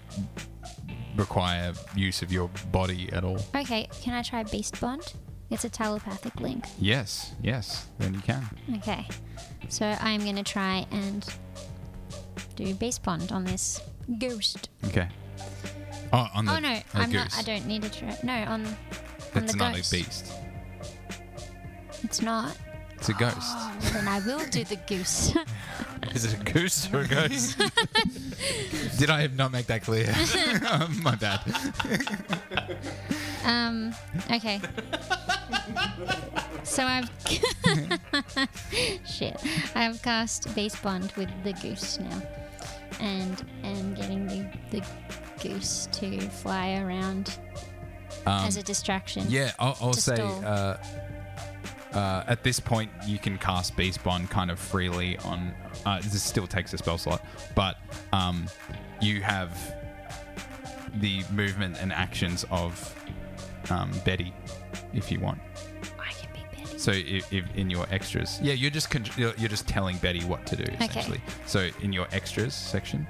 [SPEAKER 1] require use of your body at all.
[SPEAKER 3] Okay, can I try Beast Bond? It's a telepathic link.
[SPEAKER 1] Yes, yes, then you can.
[SPEAKER 3] Okay. So I'm going to try and do base bond on this ghost.
[SPEAKER 1] Okay. Oh, on the,
[SPEAKER 3] oh no,
[SPEAKER 1] on the
[SPEAKER 3] I'm not.
[SPEAKER 1] goose.
[SPEAKER 3] I don't need to try. No, on on
[SPEAKER 1] That's
[SPEAKER 3] the
[SPEAKER 1] not
[SPEAKER 3] ghost.
[SPEAKER 1] a beast.
[SPEAKER 3] It's not.
[SPEAKER 1] It's a ghost.
[SPEAKER 3] Then I will do the goose.
[SPEAKER 2] Is it a goose or a ghost?
[SPEAKER 1] Did I not make that clear? My bad.
[SPEAKER 3] um. Okay. so I've shit. I've cast base bond with the goose now, and am getting the the goose to fly around
[SPEAKER 1] Um,
[SPEAKER 3] as a distraction.
[SPEAKER 1] Yeah,
[SPEAKER 5] oh.
[SPEAKER 1] I'll, I'll
[SPEAKER 3] To
[SPEAKER 1] say
[SPEAKER 3] stall.
[SPEAKER 1] uh, uh, at this point you can cast Beast Bond kind of freely on. Uh, this still takes a spell slot, but um, you have the movement and actions of um, Betty if you want.
[SPEAKER 3] I can be Betty.
[SPEAKER 1] So if, if in your extras, yeah, you're just con- you're you're just telling Betty what to do essentially. So in your extras section,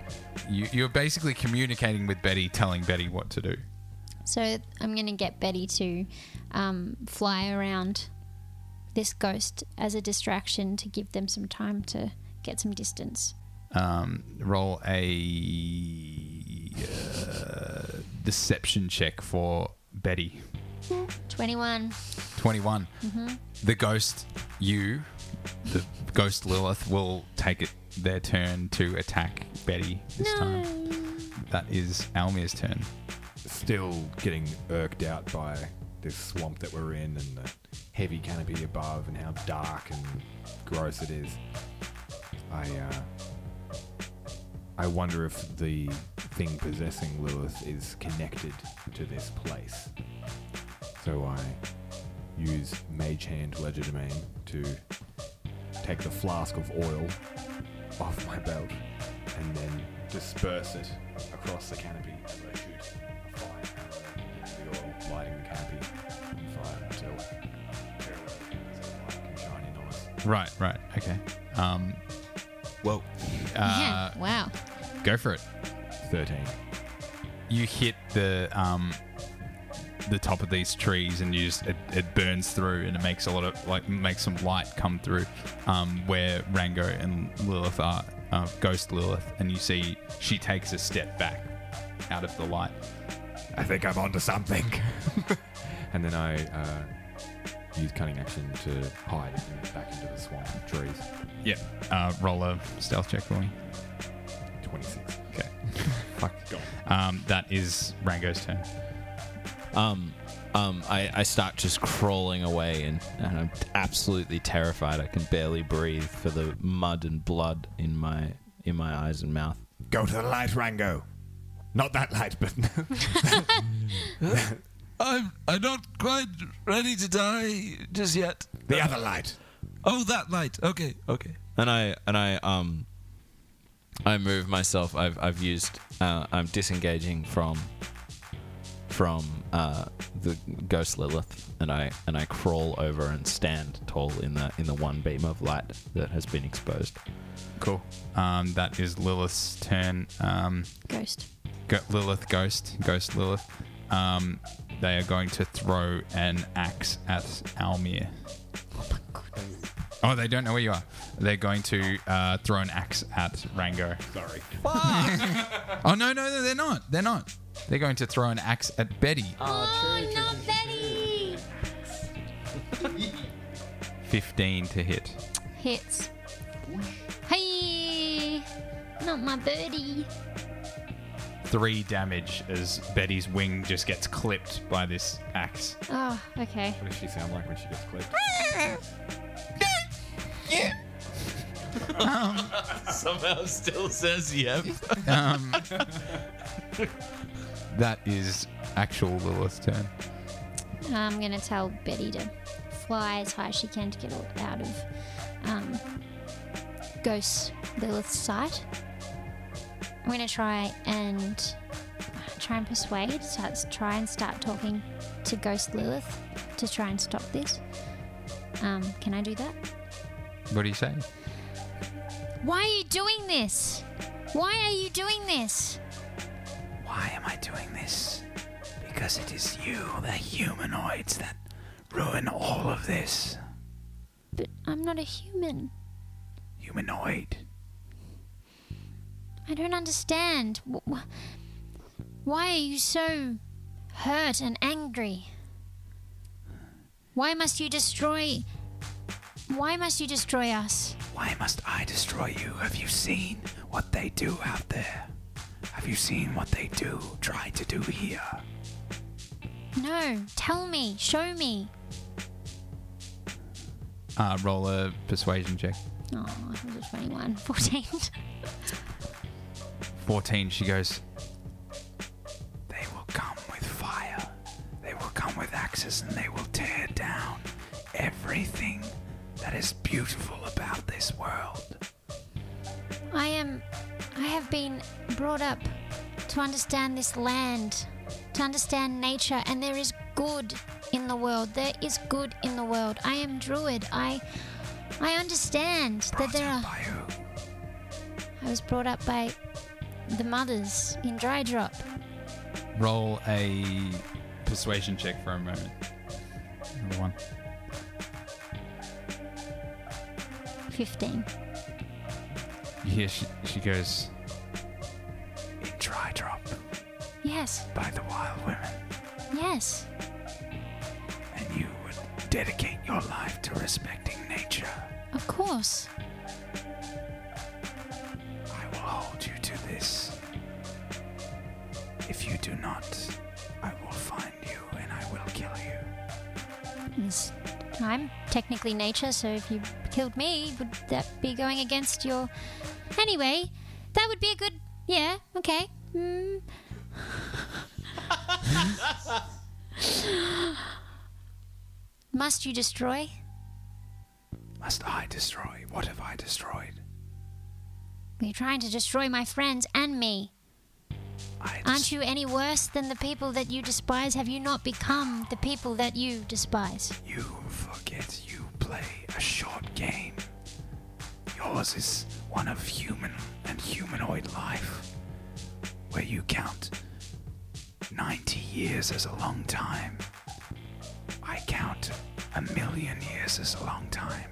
[SPEAKER 1] you, you're basically communicating with Betty, telling Betty what to do.
[SPEAKER 3] So I'm going to get Betty to um, fly around this ghost as a distraction to give them some time to get some distance.
[SPEAKER 1] um, roll a uh, deception check for Betty.
[SPEAKER 3] 21.
[SPEAKER 1] 21. The ghost, you, the ghost Lilith, will take it their turn to attack Betty this time. That is Almir's turn.
[SPEAKER 4] Still getting irked out by this swamp that we're in and the heavy canopy above and how dark and gross it is. I uh, I wonder if the thing possessing Lilith is connected to this place. So I use Mage Hand Ledger Domain to take the flask of oil off my belt and then disperse it across the canopy as I shoot a fire arrow into the oil, lighting the canopy on fire until the light can shine in on us.
[SPEAKER 1] Right, right, okay. Um, well, uh,
[SPEAKER 3] yeah, wow.
[SPEAKER 1] go for it.
[SPEAKER 4] 13.
[SPEAKER 1] you hit the um, the top of these trees and you just it, it burns through and it makes a lot of like makes some light come through um, where Rango and Lilith are uh, ghost Lilith and you see she takes a step back out of the light
[SPEAKER 7] I think I'm onto something.
[SPEAKER 4] And then I uh, use cunning action to hide and back into the swamp of trees.
[SPEAKER 1] yeah uh, roll a stealth check for me
[SPEAKER 4] 26.
[SPEAKER 1] okay fuck um, that is Rango's turn
[SPEAKER 2] Um, um, I, I start just crawling away, and, and I'm absolutely terrified. I can barely breathe for the mud and blood in my in my eyes and mouth.
[SPEAKER 7] Go to the light, Rango. Not that light, but
[SPEAKER 8] I'm I'm not quite ready to die just yet.
[SPEAKER 7] the other light.
[SPEAKER 8] Oh, that light. Okay, okay.
[SPEAKER 2] And I and I um, I move myself. I've I've used. Uh, I'm disengaging from from uh, the ghost Lilith, and I and I crawl over and stand tall in the in the one beam of light that has been exposed.
[SPEAKER 1] cool um, that is Lilith's turn um,
[SPEAKER 3] Ghost.
[SPEAKER 1] Go- Lilith Ghost, Ghost Lilith. Um, they are going to throw an axe at Almir. Oh, they don't know where you are. They're going to uh, throw an axe at Rango. Sorry. oh no, no, no, they're not. They're not. They're going to throw an axe at Betty.
[SPEAKER 3] Oh, not Betty!
[SPEAKER 1] Fifteen to hit.
[SPEAKER 3] Hits. Hey! Not my birdie.
[SPEAKER 1] Three damage as Betty's wing just gets clipped by this axe.
[SPEAKER 3] Oh, okay.
[SPEAKER 4] What does she sound like when she gets clipped?
[SPEAKER 2] Somehow still says yep.
[SPEAKER 1] Um, that is actual Lilith's turn.
[SPEAKER 3] I'm going to tell Betty to fly as high as she can to get all- out of um, Ghost Lilith's sight. I'm going to try and try and persuade, so let's try and start talking to Ghost Lilith to try and stop this. Um, can I do that?
[SPEAKER 1] What do you say?
[SPEAKER 3] Why are you doing this? Why are you doing this?
[SPEAKER 6] Why am I doing this? Because it is you, the humanoids, that ruin all of this.
[SPEAKER 3] But I'm not a human.
[SPEAKER 6] humanoid.
[SPEAKER 3] I don't understand. Wh- wh- Why are you so hurt and angry? Why must you destroy. Why must you destroy us?
[SPEAKER 6] Why must I destroy you? Have you seen what they do out there? Have you seen what they do try to do here?
[SPEAKER 3] No, tell me, show me.
[SPEAKER 1] Uh, roll a persuasion check.
[SPEAKER 3] Oh, I was a 21, 14.
[SPEAKER 1] 14, she goes,
[SPEAKER 6] They will come with fire. They will come with axes and they will tear down everything that is beautiful about this world.
[SPEAKER 3] I am. I have been brought up to understand this land, to understand nature, and there is good in the world. There is good in the world. I am druid. I. I understand that there are.
[SPEAKER 6] By who?
[SPEAKER 3] I was brought up by the mothers in Dry Drop.
[SPEAKER 1] roll a persuasion check for a moment. Another one.
[SPEAKER 3] 15.
[SPEAKER 1] You hear she, she goes,
[SPEAKER 6] In Dry Drop
[SPEAKER 3] Yes,
[SPEAKER 6] by the Wild Women.
[SPEAKER 3] yes.
[SPEAKER 6] And you would dedicate your life to respecting nature.
[SPEAKER 3] Of course.
[SPEAKER 6] I will hold you to this. If you do not, I will find you and I will kill you.
[SPEAKER 3] It's- I'm technically nature, so if you killed me, would that be going against your. Anyway, that would be a good. Yeah, okay. Mm. Must you destroy?
[SPEAKER 6] Must I destroy? What have I destroyed?
[SPEAKER 3] You're trying to destroy my friends and me.
[SPEAKER 6] I
[SPEAKER 3] Aren't you any worse than the people that you despise? Have you not become the people that you despise?
[SPEAKER 6] You forget you play a short game. Yours is one of human and humanoid life, where you count 90 years as a long time. I count a million years as a long time.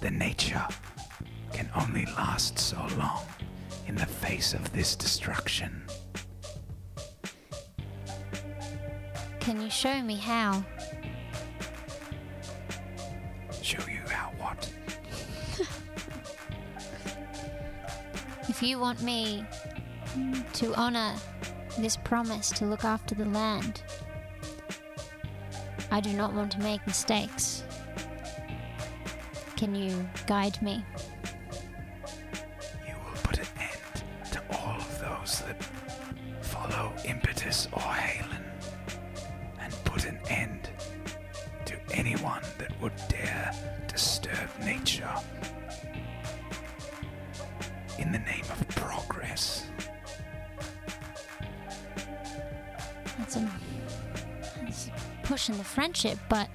[SPEAKER 6] The nature can only last so long in the face of this destruction.
[SPEAKER 3] Can you show me how?
[SPEAKER 6] Show you how what?
[SPEAKER 3] If you want me to honor this promise to look after the land, I do not want to make mistakes. Can you guide me?
[SPEAKER 6] You will put an end to all of those that follow Impetus or Halen, and put an end to anyone that would dare disturb nature in the name of progress.
[SPEAKER 3] That's a, that's a push in the friendship, but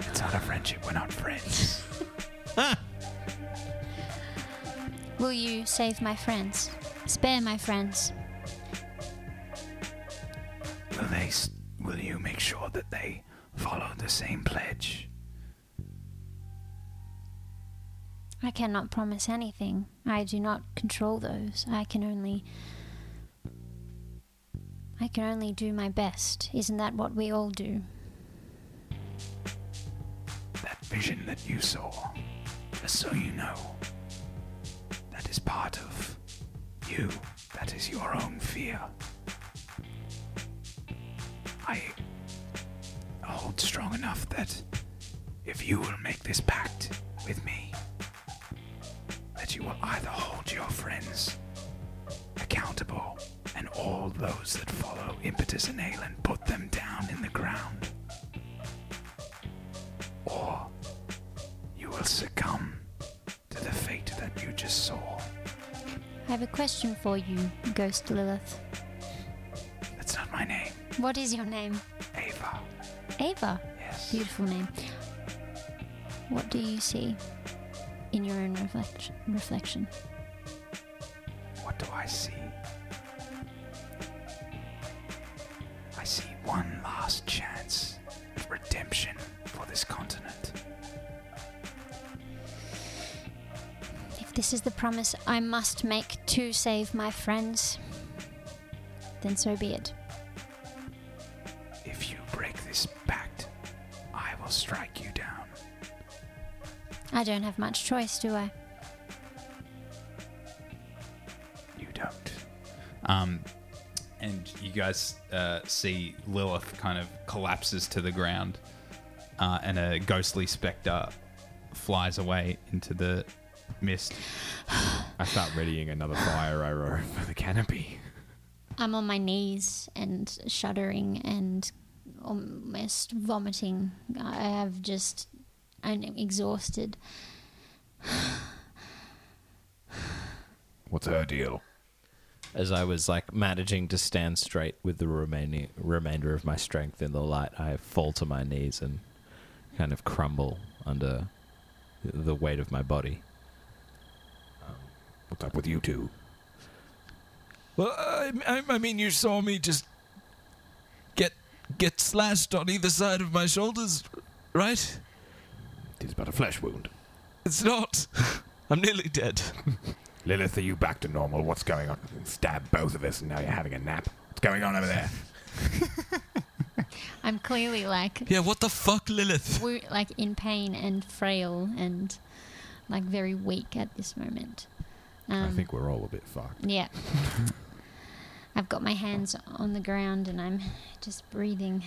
[SPEAKER 6] It's not a friendship, we're not friends.
[SPEAKER 3] will you save my friends? Spare my friends.
[SPEAKER 6] will they? s- Will you make sure that they follow the same pledge?
[SPEAKER 3] I cannot promise anything. I do not control those. I can only. I can only do my best. Isn't that what we all do?
[SPEAKER 6] That vision that you saw, just so you know, that is part of you. That is your own fear. I hold strong enough that if you will make this pact with me, that you will either hold your friends accountable and all those that follow Impetus and Aelin put them down in the ground or you will succumb to the fate that you just saw.
[SPEAKER 3] I have a question for you, Ghost Lilith.
[SPEAKER 6] That's not my name,
[SPEAKER 3] What is your name?
[SPEAKER 6] Ava.
[SPEAKER 3] Ava.
[SPEAKER 6] Yes.
[SPEAKER 3] Beautiful name. What do you see in your own reflection? reflection?
[SPEAKER 6] What do I see? I see one last chance at redemption for this continent.
[SPEAKER 3] This is the promise I must make to save my friends. Then so be it.
[SPEAKER 6] If you break this pact, I will strike you down.
[SPEAKER 3] I don't have much choice, do I?
[SPEAKER 6] You don't.
[SPEAKER 1] Um, and you guys uh, see Lilith kind of collapses to the ground, uh, and a ghostly spectre flies away into the mist.
[SPEAKER 4] I start readying another fire arrow for the canopy.
[SPEAKER 3] I'm on my knees and shuddering and almost vomiting. I have just. I'm exhausted.
[SPEAKER 4] What's her deal?
[SPEAKER 2] As I was like managing to stand straight with the remaining remainder of my strength in the light, I fall to my knees and kind of crumble under the weight of my body.
[SPEAKER 7] What's up with you two?
[SPEAKER 8] Well, I, I, I mean, you saw me just get get slashed on either side of my shoulders, right?
[SPEAKER 7] It is but a flesh wound.
[SPEAKER 8] It's not. I'm nearly dead.
[SPEAKER 7] Lilith, are you back to normal? What's going on? Stab both of us and now you're having a nap. What's going on over there?
[SPEAKER 3] I'm clearly like
[SPEAKER 8] Yeah, what the fuck, Lilith?
[SPEAKER 3] wo- like in pain and frail and like very weak at this moment. Um,
[SPEAKER 4] I think we're all a bit fucked.
[SPEAKER 3] Yeah. I've got my hands on the ground and I'm just breathing.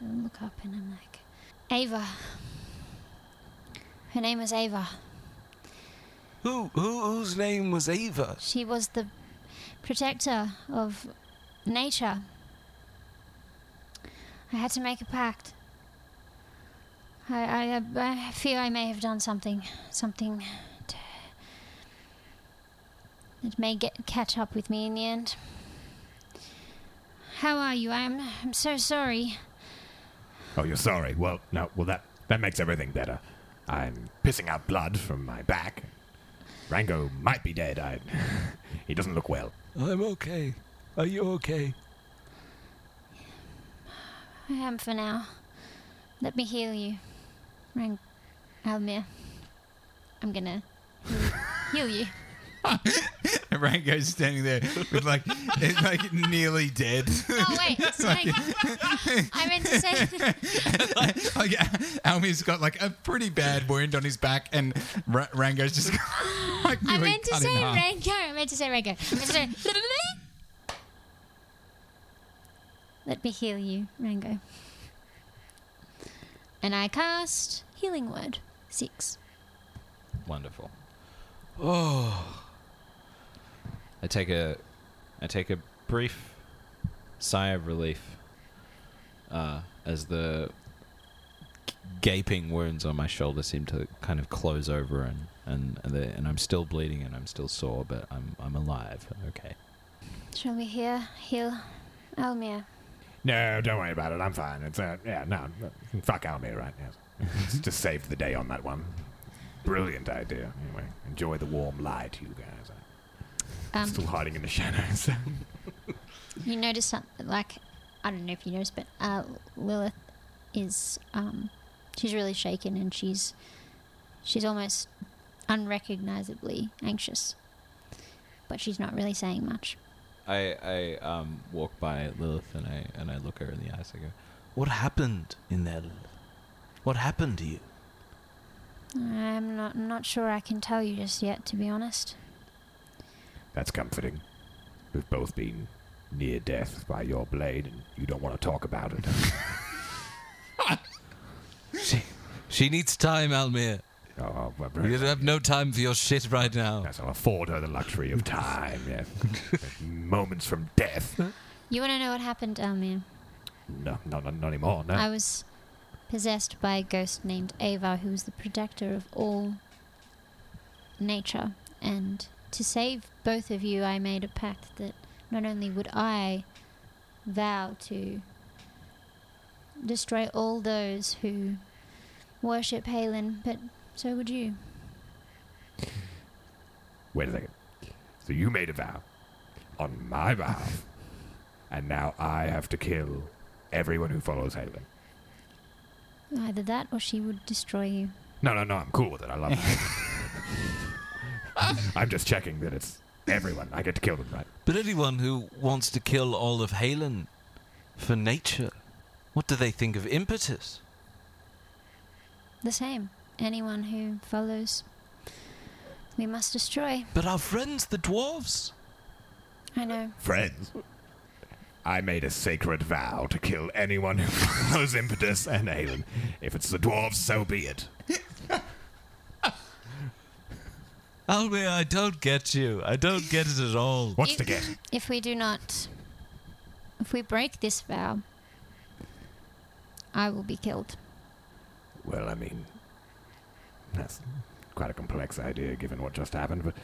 [SPEAKER 3] I look up and I'm like, Ava. Her name was Ava.
[SPEAKER 8] Who, who whose name was Ava?
[SPEAKER 3] She was the protector of nature. I had to make a pact. I, I, I fear I may have done something, something t- that may get catch up with me in the end. How are you? I'm, I'm so sorry.
[SPEAKER 7] Oh, you're sorry. Well, no, well, that, that makes everything better. I'm pissing out blood from my back. Rango might be dead. I, he doesn't look well.
[SPEAKER 8] I'm okay. Are you okay?
[SPEAKER 3] I am for now. Let me heal you, Rang, Almir. I'm gonna heal you.
[SPEAKER 5] And Rango's standing there with like, it's like nearly dead.
[SPEAKER 3] Oh wait, sorry. I meant to say
[SPEAKER 5] like, Almir's got like a pretty bad wound on his back, and Ra- Rango's just like,
[SPEAKER 3] I
[SPEAKER 5] nearly
[SPEAKER 3] meant to
[SPEAKER 5] cut in
[SPEAKER 3] say
[SPEAKER 5] half.
[SPEAKER 3] Rango. I meant to say Rango. I meant to say- Let me heal you, Rango. And I cast healing word six.
[SPEAKER 2] Wonderful. Oh. I take a I take a brief sigh of relief uh, as the gaping wounds on my shoulder seem to kind of close over and and and, the, and I'm still bleeding and I'm still sore but I'm I'm alive. Okay.
[SPEAKER 3] Shall we hear heal Almir?
[SPEAKER 7] No, don't worry about it. I'm fine. It's uh, yeah, no, no, fuck Almir right now. It's just saved the day on that one. Brilliant idea. Anyway, enjoy the warm light, you guys. I'm
[SPEAKER 3] Um,
[SPEAKER 7] still hiding in the shadows.
[SPEAKER 3] You notice something like I don't know if you noticed, but uh, Lilith is um, she's really shaken and she's she's almost unrecognizably anxious, but she's not really saying much.
[SPEAKER 2] I I um walk by Lilith and I and I look her in the eyes. I go,
[SPEAKER 9] What happened in there? What happened to you?
[SPEAKER 3] I'm not I'm not sure I can tell you just yet, to be honest.
[SPEAKER 7] That's comforting. We've both been near death by your blade, and you don't want to talk about it.
[SPEAKER 8] She needs time, Almir.
[SPEAKER 7] oh, well,
[SPEAKER 8] You have no time for your shit right now.
[SPEAKER 7] yes, I'll afford her the luxury of time. Yes, moments from death.
[SPEAKER 3] You want to know what happened, uh, Almir?
[SPEAKER 7] No, no, no, not anymore. No.
[SPEAKER 3] I was possessed by a ghost named Ava, who was the protector of all nature. And to save both of you, I made a pact that not only would I vow to destroy all those who worship Halen, but so would you.
[SPEAKER 7] Wait a second. So you made a vow on my behalf, and now I have to kill everyone who follows Halen.
[SPEAKER 3] Either that or she would destroy you.
[SPEAKER 7] No, no, no. I'm cool with it. I love it.
[SPEAKER 4] I'm just checking that it's everyone. I get to kill them, right?
[SPEAKER 2] But anyone who wants to kill all of Halen for nature, what do they think of impetus?
[SPEAKER 3] The same. Anyone who follows, we must destroy.
[SPEAKER 2] But our friends, the dwarves,
[SPEAKER 3] I know.
[SPEAKER 4] Friends. I made a sacred vow to kill anyone who follows Impetus and Aelin. If it's the dwarves, so be it.
[SPEAKER 2] Alme, I don't get you. I don't get it at all.
[SPEAKER 4] What's
[SPEAKER 3] If-
[SPEAKER 4] the get?
[SPEAKER 3] If we do not. If we break this vow, I will be killed.
[SPEAKER 4] Well, I mean, that's quite a complex idea given what just happened, but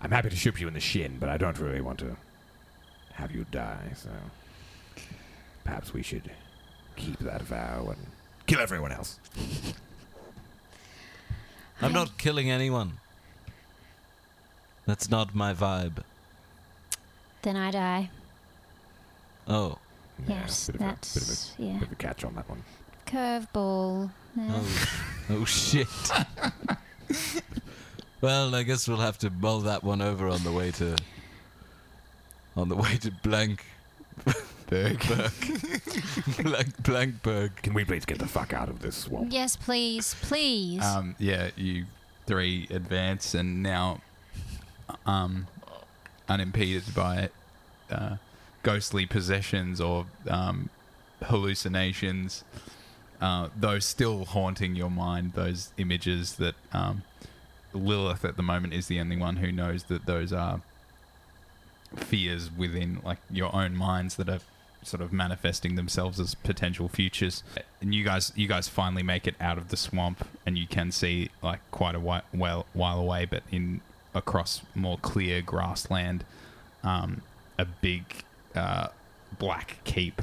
[SPEAKER 4] I'm happy to shoot you in the shin, but I don't really want to have you die, so perhaps we should keep that vow and kill everyone else.
[SPEAKER 2] I'm not killing anyone. That's not my vibe.
[SPEAKER 3] Then I die.
[SPEAKER 2] Oh,
[SPEAKER 3] yes,
[SPEAKER 4] bit of a- bit of a-
[SPEAKER 3] that's. yeah.
[SPEAKER 4] Bit of a catch on that one.
[SPEAKER 3] Curveball. Yeah.
[SPEAKER 2] oh, oh shit. well, I guess we'll have to mull that one over on the way to on the way to blank blank blankberg.
[SPEAKER 4] Can we please get the fuck out of this swamp?
[SPEAKER 3] Yes, please, please.
[SPEAKER 4] Uh,
[SPEAKER 1] Um, yeah, you three advance and now, um, unimpeded by uh, ghostly possessions or um, hallucinations, uh, though still haunting your mind, those images that um, Lilith at the moment is the only one who knows that those are fears within like your own minds that are sort of manifesting themselves as potential futures. And you guys, you guys finally make it out of the swamp, and you can see like quite a while, well, while away, but in across more clear grassland, um, a big uh, black keep.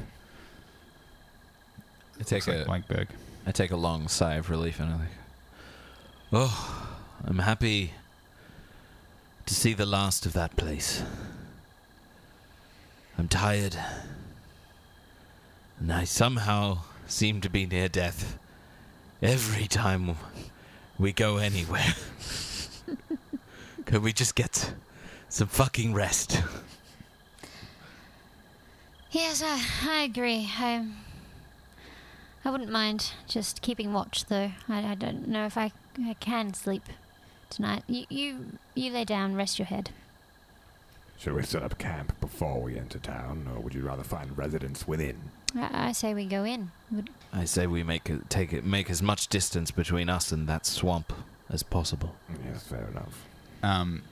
[SPEAKER 10] I take
[SPEAKER 1] Looks
[SPEAKER 10] a
[SPEAKER 1] like Blankberg.
[SPEAKER 10] I take a long sigh of relief and I'm like,
[SPEAKER 2] Oh, I'm happy to see the last of that place. I'm tired. And I somehow seem to be near death every time we go anywhere. Could we just get some fucking rest?
[SPEAKER 3] yes, I, I agree. I, I wouldn't mind just keeping watch, though. I, I don't know if I, I can sleep tonight. You, you, you lay down, rest your head.
[SPEAKER 4] Should we set up camp before we enter town, or would you rather find residence within?
[SPEAKER 3] I, I say we go in. Would-
[SPEAKER 2] I say we make a, take it, make as much distance between us and that swamp as possible.
[SPEAKER 4] Yes, fair enough.
[SPEAKER 1] Um,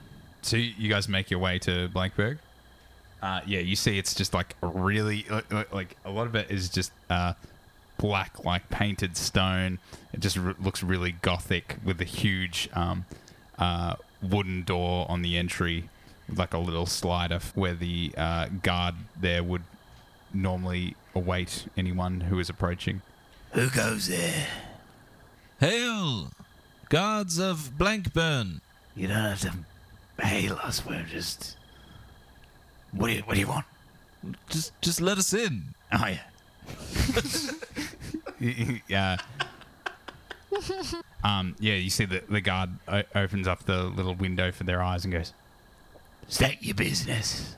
[SPEAKER 1] so you you guys make your way to Blankberg. Uh, yeah, you see, it's just like really like- like, like a lot of it is just uh, black, like painted stone. It just r- looks really gothic with a huge um, uh, wooden door on the entry, with like a little slider f- where the uh, guard there would normally await anyone who is approaching.
[SPEAKER 2] Who goes there? Hail, guards of Blankburn.
[SPEAKER 6] You don't have to hail us. We're just. What do you What do you want?
[SPEAKER 2] Just, just let us in.
[SPEAKER 6] Oh yeah.
[SPEAKER 1] yeah. um, yeah, you see the, the guard o- opens up the little window for their eyes and goes,
[SPEAKER 6] State your business.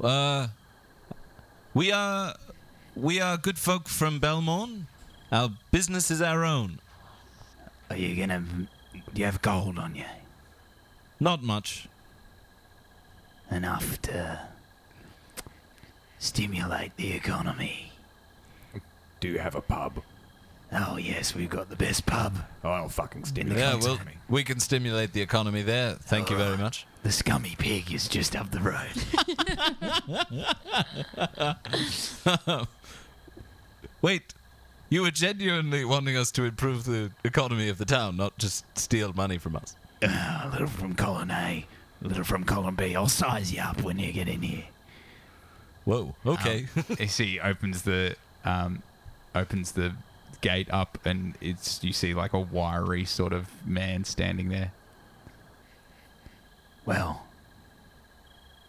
[SPEAKER 2] Uh, we are we are good folk from Belmorn. Our business is our own.
[SPEAKER 6] Are you gonna? Do you have gold on you?
[SPEAKER 2] Not much.
[SPEAKER 6] Enough to stimulate the economy.
[SPEAKER 4] Do you have a pub?
[SPEAKER 6] Oh yes, we've got the best pub.
[SPEAKER 4] Oh, I'll fucking
[SPEAKER 6] In
[SPEAKER 4] stimulate.
[SPEAKER 6] the
[SPEAKER 2] Yeah,
[SPEAKER 6] country.
[SPEAKER 2] well, we can stimulate the economy there. Thank you very much.
[SPEAKER 6] The scummy pig is just up the road.
[SPEAKER 2] Wait, you were genuinely wanting us to improve the economy of the town, not just steal money from us.
[SPEAKER 6] Uh, a little from column A, a little from column B. I'll size you up when you get in here.
[SPEAKER 2] Whoa. Okay.
[SPEAKER 1] you um, see opens the um, opens the gate up and it's you see like a wiry sort of man standing there.
[SPEAKER 6] Well,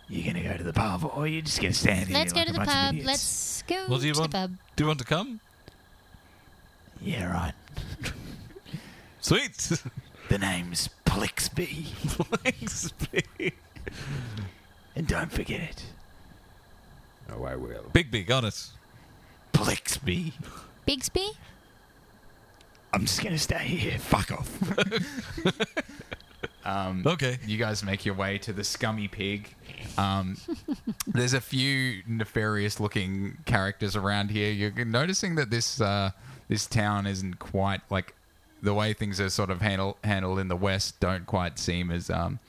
[SPEAKER 6] you're gonna go to the pub, or you're just gonna stand here
[SPEAKER 3] Let's go
[SPEAKER 6] like
[SPEAKER 3] to
[SPEAKER 6] a
[SPEAKER 3] the
[SPEAKER 6] bunch of
[SPEAKER 3] pub.
[SPEAKER 6] idiots?
[SPEAKER 3] Let's go
[SPEAKER 2] Well, do you
[SPEAKER 3] to
[SPEAKER 2] want-
[SPEAKER 3] the pub.
[SPEAKER 2] Do you want to come?
[SPEAKER 6] Yeah, right.
[SPEAKER 2] Sweet.
[SPEAKER 6] The name's P- Blixby. Blixby. and don't forget it.
[SPEAKER 7] Oh, I will.
[SPEAKER 2] Bigby, got it.
[SPEAKER 6] Blixby.
[SPEAKER 3] Bigsby?
[SPEAKER 6] I'm just gonna stay here. Fuck off.
[SPEAKER 5] Um,
[SPEAKER 2] Okay.
[SPEAKER 5] You guys make your way to the scummy pig. Um, there's a few nefarious-looking characters around here. You're noticing that this uh, this town isn't quite like the way things are sort of handle, handled in the West. Don't quite seem as um,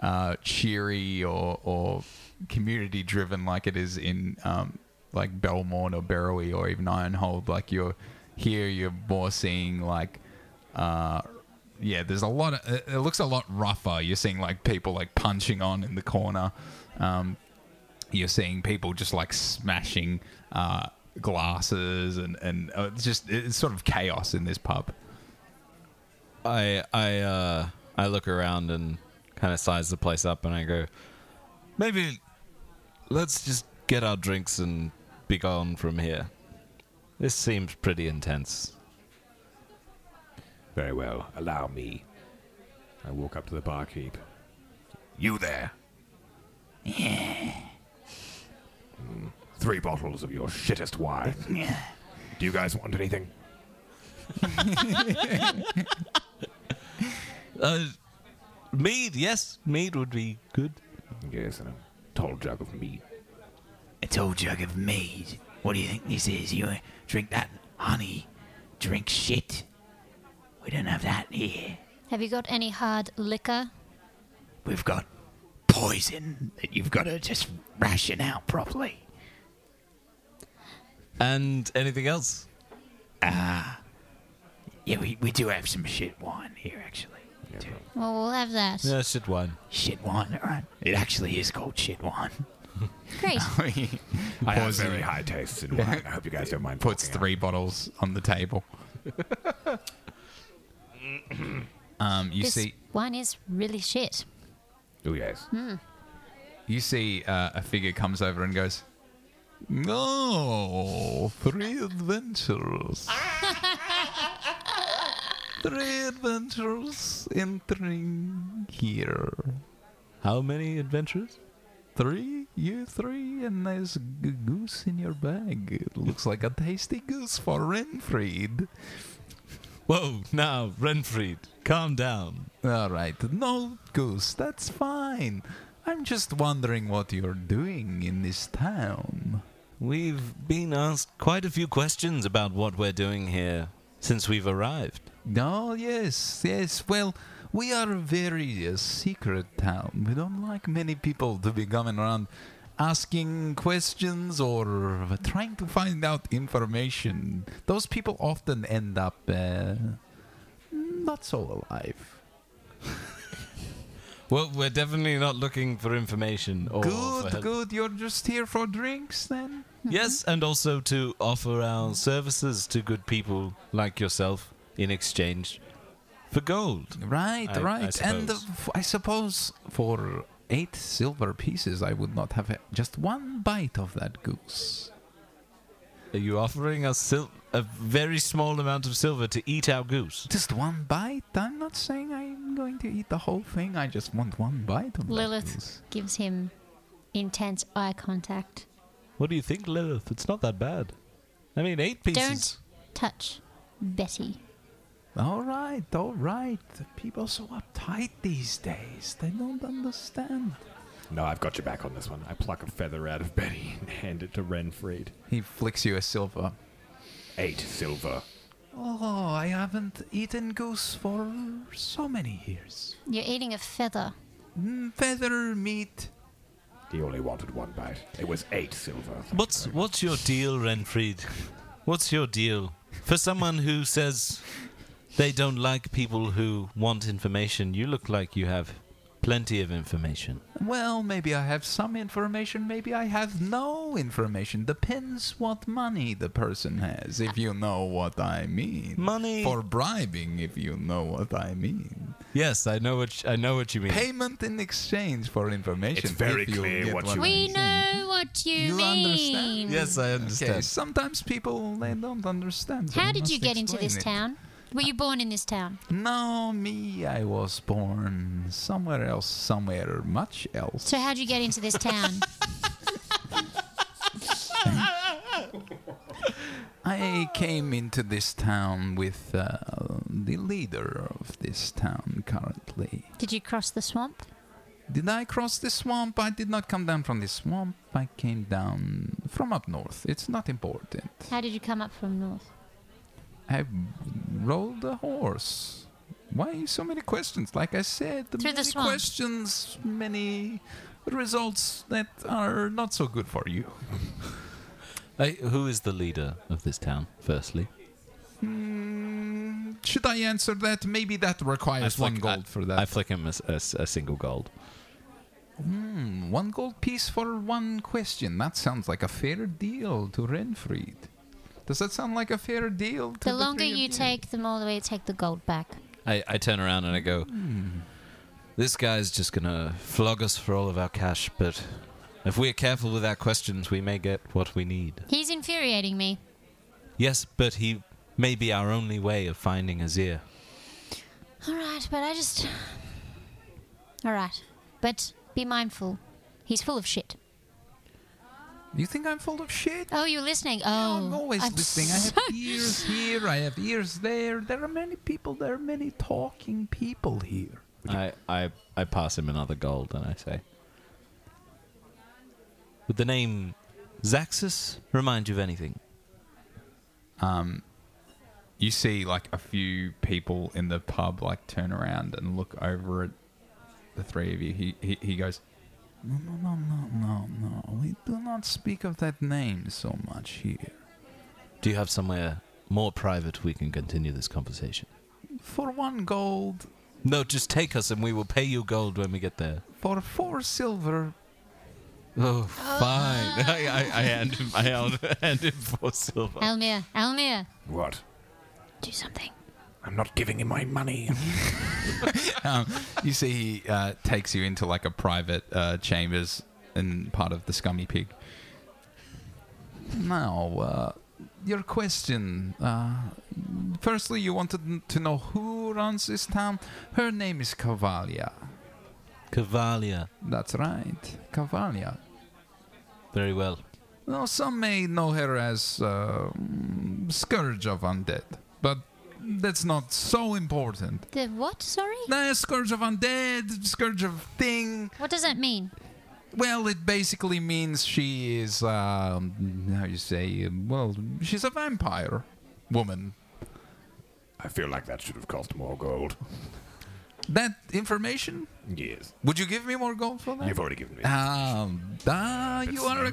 [SPEAKER 5] uh, cheery or, or community-driven like it is in um, like Belmont or Berrowy or even Ironhold. Like you're here, you're more seeing like uh, yeah, there's a lot of. It, it looks a lot rougher. You're seeing like people like punching on in the corner. Um, you're seeing people just like smashing uh, glasses and and uh, it's just it's sort of chaos in this pub.
[SPEAKER 2] I I uh I look around and kind of size the place up and I go, maybe let's just get our drinks and be gone from here. This seems pretty intense.
[SPEAKER 7] Very well. Allow me. I walk up to the barkeep. You there? Mm, Three bottles of your shittest wine. Do you guys want anything?
[SPEAKER 2] Uh, mead, yes, mead would be good.
[SPEAKER 7] Yes, and a tall jug of meat.
[SPEAKER 6] A tall jug of mead. What do you think this is? You wanna drink that honey. Drink shit. We don't have that here.
[SPEAKER 3] Have you got any hard liquor?
[SPEAKER 6] We've got poison that you've got to just ration out properly.
[SPEAKER 2] And anything else?
[SPEAKER 6] Yeah, we, we do have some shit wine here, actually. Do-
[SPEAKER 3] Well, we'll have that.
[SPEAKER 2] Yeah, shit wine.
[SPEAKER 6] Shit wine, alright? It actually is called shit wine.
[SPEAKER 3] Great.
[SPEAKER 7] I have very high tastes in wine. I hope you guys don't mind.
[SPEAKER 5] Puts
[SPEAKER 7] forking out.
[SPEAKER 5] three bottles on the table. um, you
[SPEAKER 3] this
[SPEAKER 5] see,
[SPEAKER 3] wine is really shit.
[SPEAKER 7] Oh yes.
[SPEAKER 5] you see uh, a figure comes over and goes, "No, three adventures, three adventures entering here.
[SPEAKER 2] How many adventures?
[SPEAKER 5] Three, you three, and there's a g- goose in your bag. It looks like a tasty goose for Renfried.
[SPEAKER 2] Whoa, now, Renfried, calm down.
[SPEAKER 5] All right, no goose, that's fine. I'm just wondering what you're doing in this town."
[SPEAKER 2] We've been asked quite a few questions about what we're doing here since we've arrived.
[SPEAKER 5] Oh, yes, yes. Well, we are a very uh, secret town. We don't like many people to be coming around asking questions or trying to find out information. Those people often end up uh, not so alive.
[SPEAKER 2] Well, we're definitely not looking for information or for
[SPEAKER 5] good,
[SPEAKER 2] help.
[SPEAKER 5] good. You're just here for drinks then?
[SPEAKER 2] Yes, and also to offer our services to good people like yourself in exchange for gold.
[SPEAKER 5] Right,
[SPEAKER 2] I- I
[SPEAKER 5] right. and uh,
[SPEAKER 2] suppose.
[SPEAKER 5] f- I suppose for eight silver pieces, I would not have uh, just one bite of that goose.
[SPEAKER 2] Are you offering us sil- a very small amount of silver to eat our goose?
[SPEAKER 5] Just one bite? I'm not saying I'm going to eat the whole thing. I just want one bite of that
[SPEAKER 3] Lilith
[SPEAKER 5] goose.
[SPEAKER 3] gives him intense eye contact.
[SPEAKER 2] What do you think, Lilith? It's not that bad. I mean, eight pieces.
[SPEAKER 3] Don't touch Betty.
[SPEAKER 5] All right, all right. People are so uptight these days. They don't understand.
[SPEAKER 7] No, I've got your back on this one. I pluck a feather out of Betty and hand it to Renfried.
[SPEAKER 5] He flicks you a silver.
[SPEAKER 7] Eight silver.
[SPEAKER 5] Oh, I haven't eaten goose for so many years.
[SPEAKER 3] You're eating a feather.
[SPEAKER 5] Mm, feather meat.
[SPEAKER 7] He only wanted one bite. It was eight silver.
[SPEAKER 2] What's what's your deal, Renfried? What's your deal for someone who says they don't like people who want information? You look like you have plenty of information.
[SPEAKER 5] Well, maybe I have some information, maybe I have no information. Depends what money the person has, if you know what I mean.
[SPEAKER 2] Money.
[SPEAKER 5] For bribing, if you know what I mean.
[SPEAKER 2] Yes, I know what I know what you mean.
[SPEAKER 5] Payment in exchange for information.
[SPEAKER 7] It's very
[SPEAKER 5] if you
[SPEAKER 7] clear
[SPEAKER 5] get
[SPEAKER 7] what you
[SPEAKER 5] I'm
[SPEAKER 3] We
[SPEAKER 5] saying.
[SPEAKER 3] know what you,
[SPEAKER 5] You
[SPEAKER 3] mean.
[SPEAKER 5] understand?
[SPEAKER 2] Yes, I
[SPEAKER 5] Okay, sometimes people, they don't understand. so
[SPEAKER 3] How
[SPEAKER 5] we
[SPEAKER 3] did you
[SPEAKER 5] must
[SPEAKER 3] get into
[SPEAKER 5] explain
[SPEAKER 3] this
[SPEAKER 5] it.
[SPEAKER 3] town? Were you born in this town?
[SPEAKER 5] No, me, I was born somewhere else, somewhere much else.
[SPEAKER 3] So how'd you get into this town?
[SPEAKER 5] I came into this town with uh, the leader of this town currently.
[SPEAKER 3] Did you cross the swamp?
[SPEAKER 5] Did I cross the swamp? I did not come down from the swamp. I came down from up north. It's not important.
[SPEAKER 3] How did you come up from north?
[SPEAKER 5] I rolled a horse. Why so many questions? Like I said,
[SPEAKER 3] Through the
[SPEAKER 5] many
[SPEAKER 3] swamp.
[SPEAKER 5] questions, many results that are not so good for you.
[SPEAKER 2] Hey, who is the leader of this town, firstly?
[SPEAKER 5] Mm, should I answer that? Maybe that requires one
[SPEAKER 2] flick- I-
[SPEAKER 5] gold for that.
[SPEAKER 2] I flick him a, s- a s- a single gold.
[SPEAKER 5] Hmm, one gold piece for one question. That sounds like a fair deal to Renfried. Does that sound like a fair deal? To
[SPEAKER 3] The
[SPEAKER 5] the
[SPEAKER 3] longer
[SPEAKER 5] three of
[SPEAKER 3] you take, the more the way you take the gold back.
[SPEAKER 2] I, I turn around and I go, This guy's just going to flog us for all of our cash, but if we're careful with our questions, we may get what we need.
[SPEAKER 3] He's infuriating me.
[SPEAKER 2] Yes, but he may be our only way of finding Azir.
[SPEAKER 3] All right, but I just. All right, but be mindful. He's full of shit.
[SPEAKER 5] You think I'm full of shit?
[SPEAKER 3] Oh, you're listening. Oh,
[SPEAKER 5] I'm always
[SPEAKER 3] I'm
[SPEAKER 5] listening.
[SPEAKER 3] so-
[SPEAKER 5] I have ears here, I have ears there. There are many people, there are many talking people here.
[SPEAKER 2] I, I, I pass him another gold and I say, Would the name Zaxus remind you of anything?
[SPEAKER 5] You see, like, a few people in the pub, like, turn around and look over at the three of you. He, he, he goes, No, no, no, no, no, no. We do not speak of that name so much here.
[SPEAKER 2] Do you have somewhere more private we can continue this conversation?
[SPEAKER 5] For one gold,
[SPEAKER 2] No, just take us and we will pay you gold when we get there.
[SPEAKER 5] for four silver,
[SPEAKER 2] Oh, fine. I, I, I hand him, I hand, hand him four silver.
[SPEAKER 3] Almir, Almir,
[SPEAKER 7] What?
[SPEAKER 3] do something.
[SPEAKER 7] I'm not giving him my money.
[SPEAKER 5] you see he uh, takes you into like a private uh, chambers and part of the scummy pig now uh, your question uh, firstly you wanted n- to know who runs this town her name is cavalia
[SPEAKER 2] Cavalia.
[SPEAKER 5] that's right cavalia
[SPEAKER 2] Very well.
[SPEAKER 5] now some may know her as uh, scourge of undead but that's not so important
[SPEAKER 3] The what? Sorry.
[SPEAKER 5] Nah, scourge of undead scourge of thing
[SPEAKER 3] What does that mean?
[SPEAKER 5] Well, it basically means she is, um, how you say, um, well, she's a vampire woman.
[SPEAKER 7] I feel like that should have cost more gold.
[SPEAKER 5] That information?
[SPEAKER 7] Yes.
[SPEAKER 5] Would you give me more gold for that?
[SPEAKER 7] You've already given me.
[SPEAKER 5] Um, ah, you are a